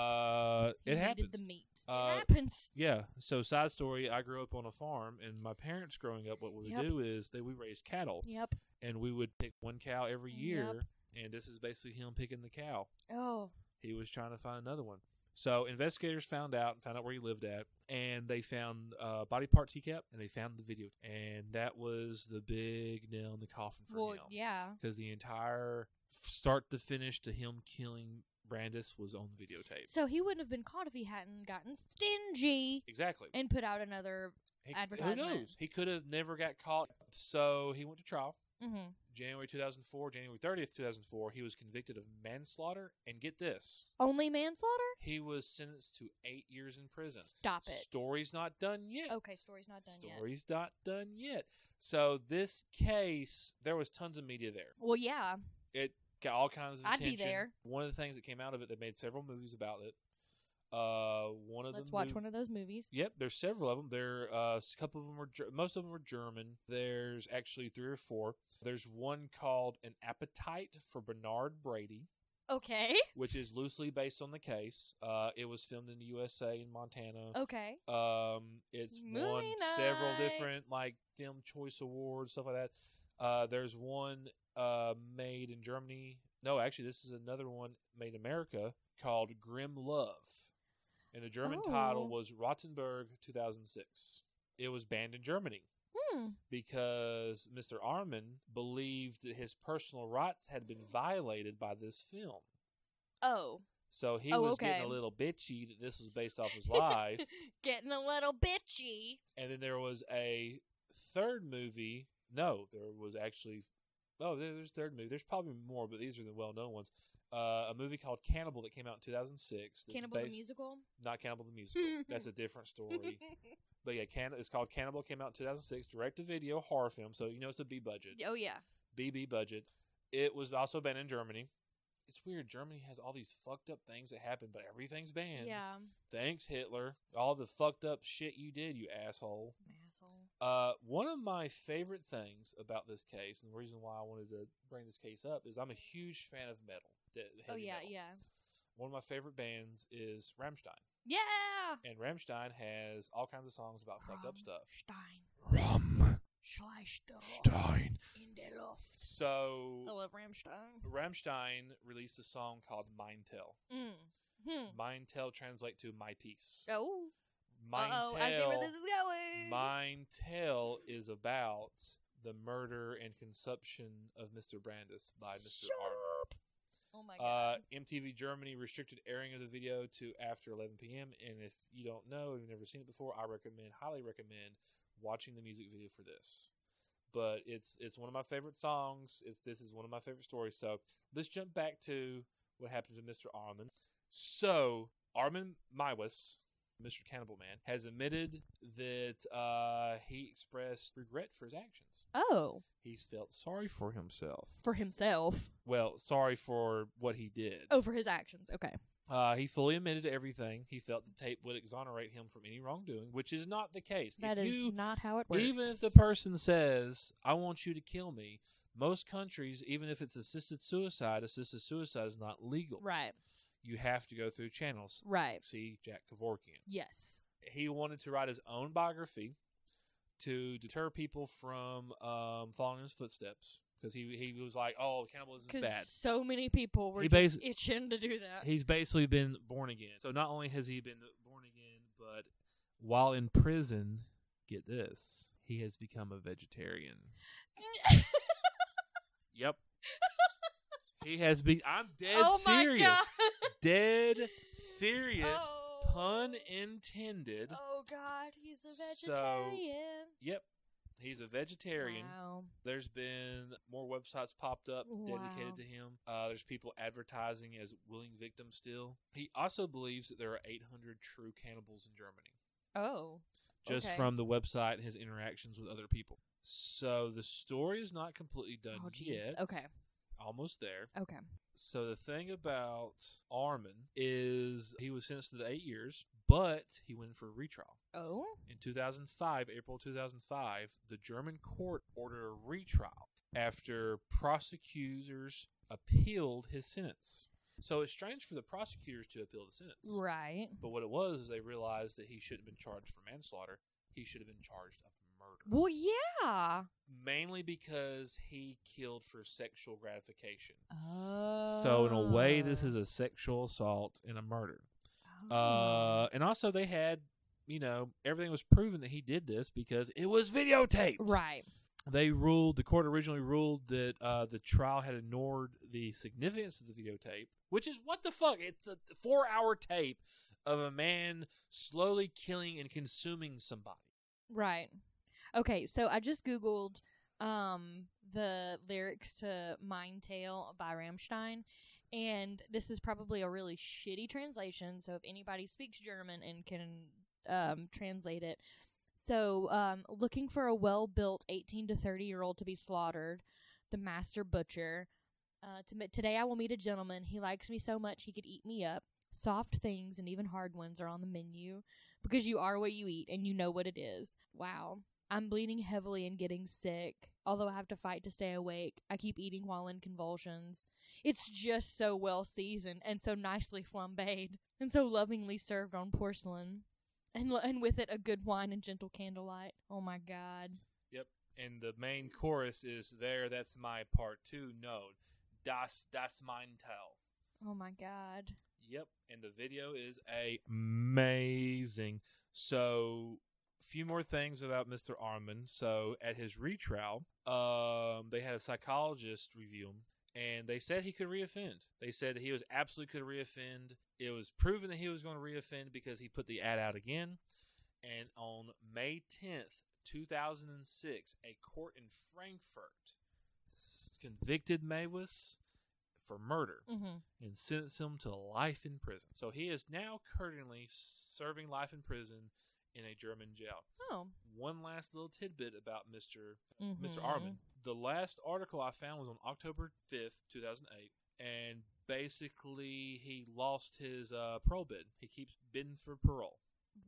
[SPEAKER 1] Uh,
[SPEAKER 2] He
[SPEAKER 1] it
[SPEAKER 2] needed
[SPEAKER 1] happens.
[SPEAKER 2] the meat.
[SPEAKER 1] Uh,
[SPEAKER 2] it happens.
[SPEAKER 1] Yeah. So side story, I grew up on a farm and my parents growing up what we would
[SPEAKER 2] Yep.
[SPEAKER 1] do is that we raised cattle
[SPEAKER 2] Yep.
[SPEAKER 1] and we would pick one cow every
[SPEAKER 2] Yep.
[SPEAKER 1] year and this is basically him picking the cow.
[SPEAKER 2] Oh.
[SPEAKER 1] He was trying to find another one. So investigators found out and found out where he lived at and they found uh, body parts he kept and they found the video and that was the big nail in the coffin for
[SPEAKER 2] Well,
[SPEAKER 1] him.
[SPEAKER 2] yeah.
[SPEAKER 1] Because the entire start to finish to him killing Brandis was on videotape.
[SPEAKER 2] So he wouldn't have been caught if he hadn't gotten stingy
[SPEAKER 1] Exactly.
[SPEAKER 2] and put out another.
[SPEAKER 1] He-
[SPEAKER 2] advertisement.
[SPEAKER 1] Who knows? He could have never got caught. So he went to trial.
[SPEAKER 2] Mm-hmm.
[SPEAKER 1] January 2004, January 30th, 2004, he was convicted of manslaughter. And get this,
[SPEAKER 2] Only manslaughter?
[SPEAKER 1] he was sentenced to eight years in prison.
[SPEAKER 2] Stop it.
[SPEAKER 1] Story's not done yet.
[SPEAKER 2] okay, story's not done yet.
[SPEAKER 1] Story's not done yet. So this case, there was tons of media there.
[SPEAKER 2] Well, yeah.
[SPEAKER 1] It got all kinds of
[SPEAKER 2] I'd be
[SPEAKER 1] attention.
[SPEAKER 2] there.
[SPEAKER 1] One of the things that came out of it, they made several movies about it. Uh, one of
[SPEAKER 2] Let's
[SPEAKER 1] them
[SPEAKER 2] watch one of those movies.
[SPEAKER 1] Yep, there's several of them. There, uh, a couple of them were, Ger- most of them were German. There's actually three or four. There's one called "An Appetite for Bernard Brady,"
[SPEAKER 2] Okay.
[SPEAKER 1] which is loosely based on the case. Uh, it was filmed in the USA in Montana.
[SPEAKER 2] Okay.
[SPEAKER 1] Um, it's won
[SPEAKER 2] Movie
[SPEAKER 1] several
[SPEAKER 2] night.
[SPEAKER 1] different like film choice awards, stuff like that. Uh, there's one uh, made in Germany. No, actually, this is another one made in America called Grim Love, and the German
[SPEAKER 2] Oh.
[SPEAKER 1] title was Rottenburg 2006. It was banned in Germany
[SPEAKER 2] Hmm.
[SPEAKER 1] because Mr. Armin believed that his personal rights had been violated by this film.
[SPEAKER 2] Oh.
[SPEAKER 1] So he
[SPEAKER 2] Oh,
[SPEAKER 1] was
[SPEAKER 2] okay.
[SPEAKER 1] getting a little bitchy that this was based off his life.
[SPEAKER 2] Getting a little bitchy.
[SPEAKER 1] and then there was a third movie. No, there was actually oh, there- there's a third movie. There's probably more, but these are the well-known ones. Uh, a movie called Cannibal that came out in 2006. that's
[SPEAKER 2] Cannibal the
[SPEAKER 1] based-
[SPEAKER 2] musical.
[SPEAKER 1] Not Cannibal the musical. That's a different story. but yeah, can, it's called Cannibal. Came out in 2006. Direct-to-video horror film. So you know it's a B budget.
[SPEAKER 2] oh yeah.
[SPEAKER 1] BB budget. It was also banned in Germany. It's weird. Germany has all these fucked up things that happen, but everything's banned.
[SPEAKER 2] yeah.
[SPEAKER 1] Thanks, Hitler. All the fucked up shit you did, you asshole.
[SPEAKER 2] Asshole.
[SPEAKER 1] Uh, one of my favorite things about this case, and the reason why I wanted to bring this case up, is I'm a huge fan of metal. the
[SPEAKER 2] Oh
[SPEAKER 1] heavy
[SPEAKER 2] yeah,
[SPEAKER 1] metal.
[SPEAKER 2] yeah.
[SPEAKER 1] One of my favorite bands is Ramstein,
[SPEAKER 2] Yeah.
[SPEAKER 1] and Ramstein has all kinds of songs about fucked up stuff.
[SPEAKER 2] Stein.
[SPEAKER 1] Ramstein.
[SPEAKER 2] in der Luft. I
[SPEAKER 1] So
[SPEAKER 2] love Rammstein.
[SPEAKER 1] Ramstein released a song called Mindtell.
[SPEAKER 2] Mm. Hmm.
[SPEAKER 1] Mindtell translate to my piece.
[SPEAKER 2] Oh. Uh-oh, I see where
[SPEAKER 1] Mindtell.
[SPEAKER 2] this is going.
[SPEAKER 1] Mindtell is about the murder and consumption of Mr. Brandis by Mr.
[SPEAKER 2] Shut
[SPEAKER 1] Arnold.
[SPEAKER 2] up. Oh my god.
[SPEAKER 1] Uh, MTV Germany restricted airing of the video to after 11 p.m. And if you don't know, and you've never seen it before, I recommend, highly recommend watching the music video for this. but it's it's one of my favorite songs. It's this is one of my favorite stories. So let's jump back to what happened to Mr. Armin. So Armin Maiwis, Mr. Cannibal Man, has admitted that uh, he expressed regret for his actions.
[SPEAKER 2] Oh,
[SPEAKER 1] He's felt sorry for himself.
[SPEAKER 2] for himself.
[SPEAKER 1] well, sorry for what he did.
[SPEAKER 2] Oh, for his actions. Okay.
[SPEAKER 1] Uh, he fully admitted to everything. He felt the tape would exonerate him from any wrongdoing, which is not the case.
[SPEAKER 2] that
[SPEAKER 1] if
[SPEAKER 2] is
[SPEAKER 1] you,
[SPEAKER 2] not how it works.
[SPEAKER 1] even if the person says, "I want you to kill me," most countries, even if it's assisted suicide, assisted suicide is not legal.
[SPEAKER 2] Right.
[SPEAKER 1] You have to go through channels.
[SPEAKER 2] Right.
[SPEAKER 1] See Jack Kevorkian.
[SPEAKER 2] Yes.
[SPEAKER 1] He wanted to write his own biography to deter people from um, following his footsteps because he he was like, "Oh, cannibalism is
[SPEAKER 2] Because
[SPEAKER 1] bad."
[SPEAKER 2] so many people were
[SPEAKER 1] He
[SPEAKER 2] just
[SPEAKER 1] basi-
[SPEAKER 2] itching to do that.
[SPEAKER 1] he's basically been born again. So not only has he been born again, but while in prison, get this, he has become a vegetarian. Yep. he has been I'm dead
[SPEAKER 2] oh
[SPEAKER 1] serious.
[SPEAKER 2] my
[SPEAKER 1] Dead
[SPEAKER 2] god.
[SPEAKER 1] serious.
[SPEAKER 2] Oh.
[SPEAKER 1] Pun intended.
[SPEAKER 2] Oh god, he's a
[SPEAKER 1] So,
[SPEAKER 2] vegetarian.
[SPEAKER 1] Yep. He's a vegetarian.
[SPEAKER 2] Wow.
[SPEAKER 1] There's been more websites popped up
[SPEAKER 2] Wow.
[SPEAKER 1] dedicated to him. Uh, there's people advertising as willing victims still. He also believes that there are 800 true cannibals in Germany.
[SPEAKER 2] Oh.
[SPEAKER 1] just
[SPEAKER 2] Okay.
[SPEAKER 1] from the website and his interactions with other people. So the story is not completely done
[SPEAKER 2] Oh jeez.
[SPEAKER 1] yet.
[SPEAKER 2] Okay.
[SPEAKER 1] Almost there.
[SPEAKER 2] Okay.
[SPEAKER 1] So the thing about Armin is he was sentenced to the eight years, but he went for a retrial.
[SPEAKER 2] Oh.
[SPEAKER 1] In 2005, April 2005, the German court ordered a retrial after prosecutors appealed his sentence. So it's strange for the prosecutors to appeal the sentence.
[SPEAKER 2] Right.
[SPEAKER 1] But what it was is they realized that he shouldn't have been charged for manslaughter. He should have been charged of murder.
[SPEAKER 2] Well, yeah.
[SPEAKER 1] Mainly because he killed for sexual gratification.
[SPEAKER 2] Oh.
[SPEAKER 1] So in a way, this is a sexual assault and a murder.
[SPEAKER 2] Mm-hmm. Oh.
[SPEAKER 1] Uh, and also they had, you know, everything was proven that he did this because it was videotaped.
[SPEAKER 2] right.
[SPEAKER 1] They ruled the court originally ruled that uh, the trial had ignored the significance of the videotape, which is what the fuck. It's a four-hour tape of a man slowly killing and consuming somebody.
[SPEAKER 2] Right. Okay, so I just googled um the lyrics to Mine Tale by Rammstein and this is probably a really shitty translation, so if anybody speaks German and can um translate it. So, um looking for a well-built 18 to 30-year-old to be slaughtered, the master butcher. Uh to, today I will meet a gentleman. He likes me so much he could eat me up. Soft things and even hard ones are on the menu because you are what you eat and you know what it is. Wow. I'm bleeding heavily and getting sick. Although I have to fight to stay awake, I keep eating while in convulsions. It's just so well seasoned and so nicely flambéed and so lovingly served on porcelain. And, l- and with it, a good wine and gentle candlelight. Oh my God.
[SPEAKER 1] And the main chorus is there. That's my part two node. Das das mein Teil.
[SPEAKER 2] Oh my God.
[SPEAKER 1] Yep, and the video is amazing. So, a few more things about Mr. Armin. So, at his retrial, um, they had a psychologist review him, and they said he could reoffend. They said he was absolutely could reoffend. It was proven that he was going to reoffend because he put the ad out again. And on May tenth, two thousand and six, a court in Frankfurt s- convicted Mawis for murder
[SPEAKER 2] Mm-hmm.
[SPEAKER 1] and sentenced him to life in prison. So he is now currently serving life in prison in a German jail.
[SPEAKER 2] Oh.
[SPEAKER 1] One last little tidbit about mister
[SPEAKER 2] Mm-hmm.
[SPEAKER 1] Mr. Armin. The last article I found was on October 5th, 2008, and basically he lost his uh, parole bid. He keeps bidding for parole.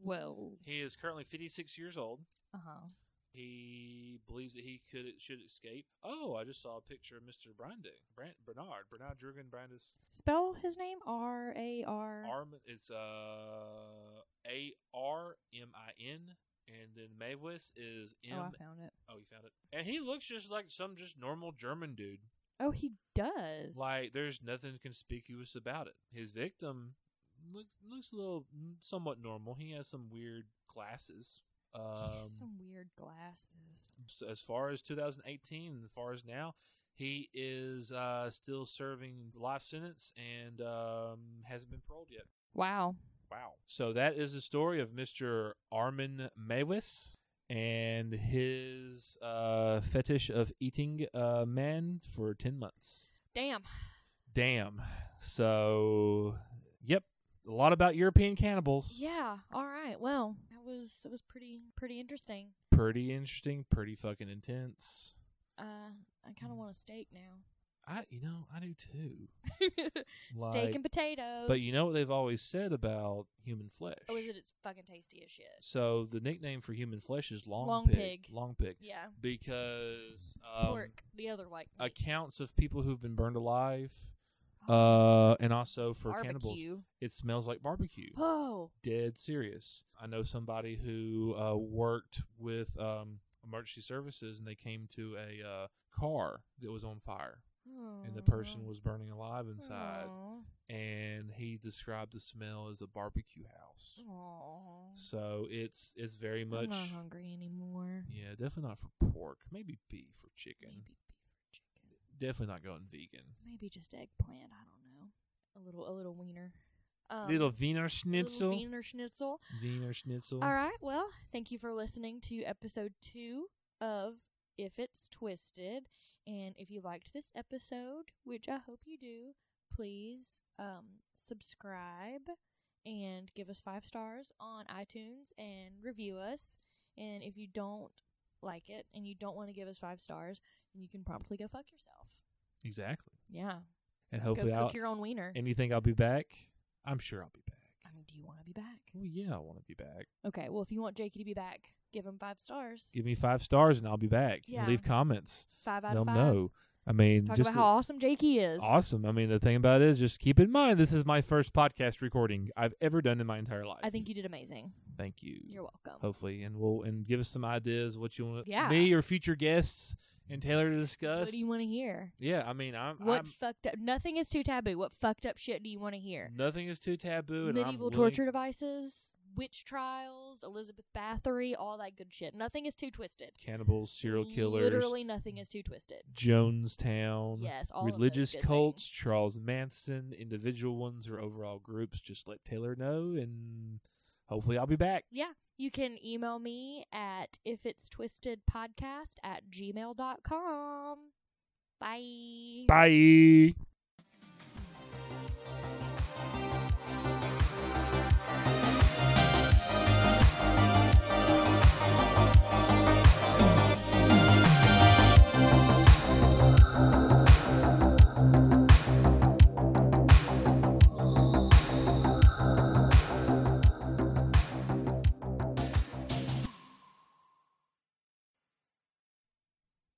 [SPEAKER 2] Well.
[SPEAKER 1] He is currently 56 years old.
[SPEAKER 2] Uh huh.
[SPEAKER 1] He believes that he could should escape. Oh, I just saw a picture of Mr. Brando, Brand, Bernard, Bernard Jurgen Brandis
[SPEAKER 2] Spell his name R A R.
[SPEAKER 1] Armin, it's uh A R M I N, and then Mavis is
[SPEAKER 2] Oh, I
[SPEAKER 1] M.
[SPEAKER 2] found it.
[SPEAKER 1] Oh, you found it. And he looks just like some just normal German dude.
[SPEAKER 2] Oh, he does.
[SPEAKER 1] Like there's nothing conspicuous about it. His victim looks looks a little mm, somewhat normal. He has some weird glasses.
[SPEAKER 2] He
[SPEAKER 1] Um,
[SPEAKER 2] has some weird glasses.
[SPEAKER 1] s- as far as 2018, as far as now, he is uh still serving life sentence and um hasn't been paroled yet.
[SPEAKER 2] Wow.
[SPEAKER 1] Wow. So that is the story of Mr. Armin Mawis. and his uh, fetish of eating uh, man for 10 months.
[SPEAKER 2] Damn.
[SPEAKER 1] Damn. So, yep, a lot about European cannibals.
[SPEAKER 2] Yeah. All right. Well, that was that was pretty pretty interesting.
[SPEAKER 1] Pretty interesting, pretty fucking intense.
[SPEAKER 2] Uh, I kind of want a steak now.
[SPEAKER 1] I, you know, I do too.
[SPEAKER 2] steak
[SPEAKER 1] Like-
[SPEAKER 2] and potatoes.
[SPEAKER 1] But you know what they've always said about human flesh?
[SPEAKER 2] Oh, is it? It's fucking tasty as shit.
[SPEAKER 1] So the nickname for human flesh is long,
[SPEAKER 2] Long
[SPEAKER 1] pig,
[SPEAKER 2] pig.
[SPEAKER 1] Long pig.
[SPEAKER 2] Yeah.
[SPEAKER 1] Because um,
[SPEAKER 2] Pork. The other white. meat.
[SPEAKER 1] accounts of people who've been burned alive,
[SPEAKER 2] Oh,
[SPEAKER 1] uh, and also for cannibals,
[SPEAKER 2] barbecue.
[SPEAKER 1] it smells like barbecue.
[SPEAKER 2] Oh.
[SPEAKER 1] Dead serious. I know somebody who uh, worked with um, emergency services, and they came to a uh, car that was on fire, and the person
[SPEAKER 2] Mm-hmm.
[SPEAKER 1] was burning alive inside.
[SPEAKER 2] Oh. Aw.
[SPEAKER 1] and he described the smell as a barbecue house.
[SPEAKER 2] Aw.
[SPEAKER 1] So it's it's very
[SPEAKER 2] Mm-hmm. I'm
[SPEAKER 1] much
[SPEAKER 2] not hungry anymore.
[SPEAKER 1] yeah, definitely not for pork, maybe beef or chicken.
[SPEAKER 2] Maybe beef or chicken.
[SPEAKER 1] Definitely not going vegan.
[SPEAKER 2] Maybe just eggplant. I don't know. A little, a little wiener. Um,
[SPEAKER 1] little Wiener
[SPEAKER 2] a little
[SPEAKER 1] Schnitzel,
[SPEAKER 2] wiener schnitzel.
[SPEAKER 1] Wiener Schnitzel.
[SPEAKER 2] All right. Well, thank you for listening to episode two of If It's Twisted. And if you liked this episode, which I hope you do, please um, subscribe and give us five stars on iTunes and review us. And if you don't like it and you don't want to give us five stars, then you can promptly go fuck yourself.
[SPEAKER 1] Exactly.
[SPEAKER 2] Yeah.
[SPEAKER 1] And hopefully,
[SPEAKER 2] go
[SPEAKER 1] I'll,
[SPEAKER 2] cook your own wiener.
[SPEAKER 1] and you think I'll be back? I'm sure I'll be
[SPEAKER 2] I
[SPEAKER 1] back.
[SPEAKER 2] mean, do you want to be back?
[SPEAKER 1] Well, yeah, I want to be back.
[SPEAKER 2] Okay, well, if you want Jakey to be back, give him five stars.
[SPEAKER 1] Give me five stars and I'll be back. And
[SPEAKER 2] Yeah.
[SPEAKER 1] leave comments.
[SPEAKER 2] Five out
[SPEAKER 1] They'll
[SPEAKER 2] of five.
[SPEAKER 1] know. I mean,
[SPEAKER 2] Talk
[SPEAKER 1] just
[SPEAKER 2] about how awesome Jakey is.
[SPEAKER 1] Awesome. I mean, the thing about it is just keep in mind this is my first podcast recording I've ever done in my entire life.
[SPEAKER 2] I think you did amazing.
[SPEAKER 1] Thank you.
[SPEAKER 2] You're welcome.
[SPEAKER 1] Hopefully, and we'll and give us some ideas what you want
[SPEAKER 2] Yeah.
[SPEAKER 1] me or future guests and Taylor to discuss.
[SPEAKER 2] What do you want to hear?
[SPEAKER 1] yeah, I mean, I'm,
[SPEAKER 2] What
[SPEAKER 1] I'm-
[SPEAKER 2] fucked up? Nothing is too taboo. What fucked up shit do you want to hear?
[SPEAKER 1] nothing is too taboo. And I'm
[SPEAKER 2] Medieval
[SPEAKER 1] willing
[SPEAKER 2] torture
[SPEAKER 1] to-
[SPEAKER 2] devices, witch trials, Elizabeth Bathory, all that good shit. Nothing is too twisted.
[SPEAKER 1] cannibals, serial killers,
[SPEAKER 2] Literally nothing is too twisted.
[SPEAKER 1] Jonestown,
[SPEAKER 2] Yes, all of those
[SPEAKER 1] religious
[SPEAKER 2] good
[SPEAKER 1] cults,
[SPEAKER 2] things.
[SPEAKER 1] Charles Manson, individual ones or overall groups. Just let Taylor know, and hopefully, I'll be back.
[SPEAKER 2] You can email me at if it's twisted podcast at gmail dot com. Bye.
[SPEAKER 1] Bye.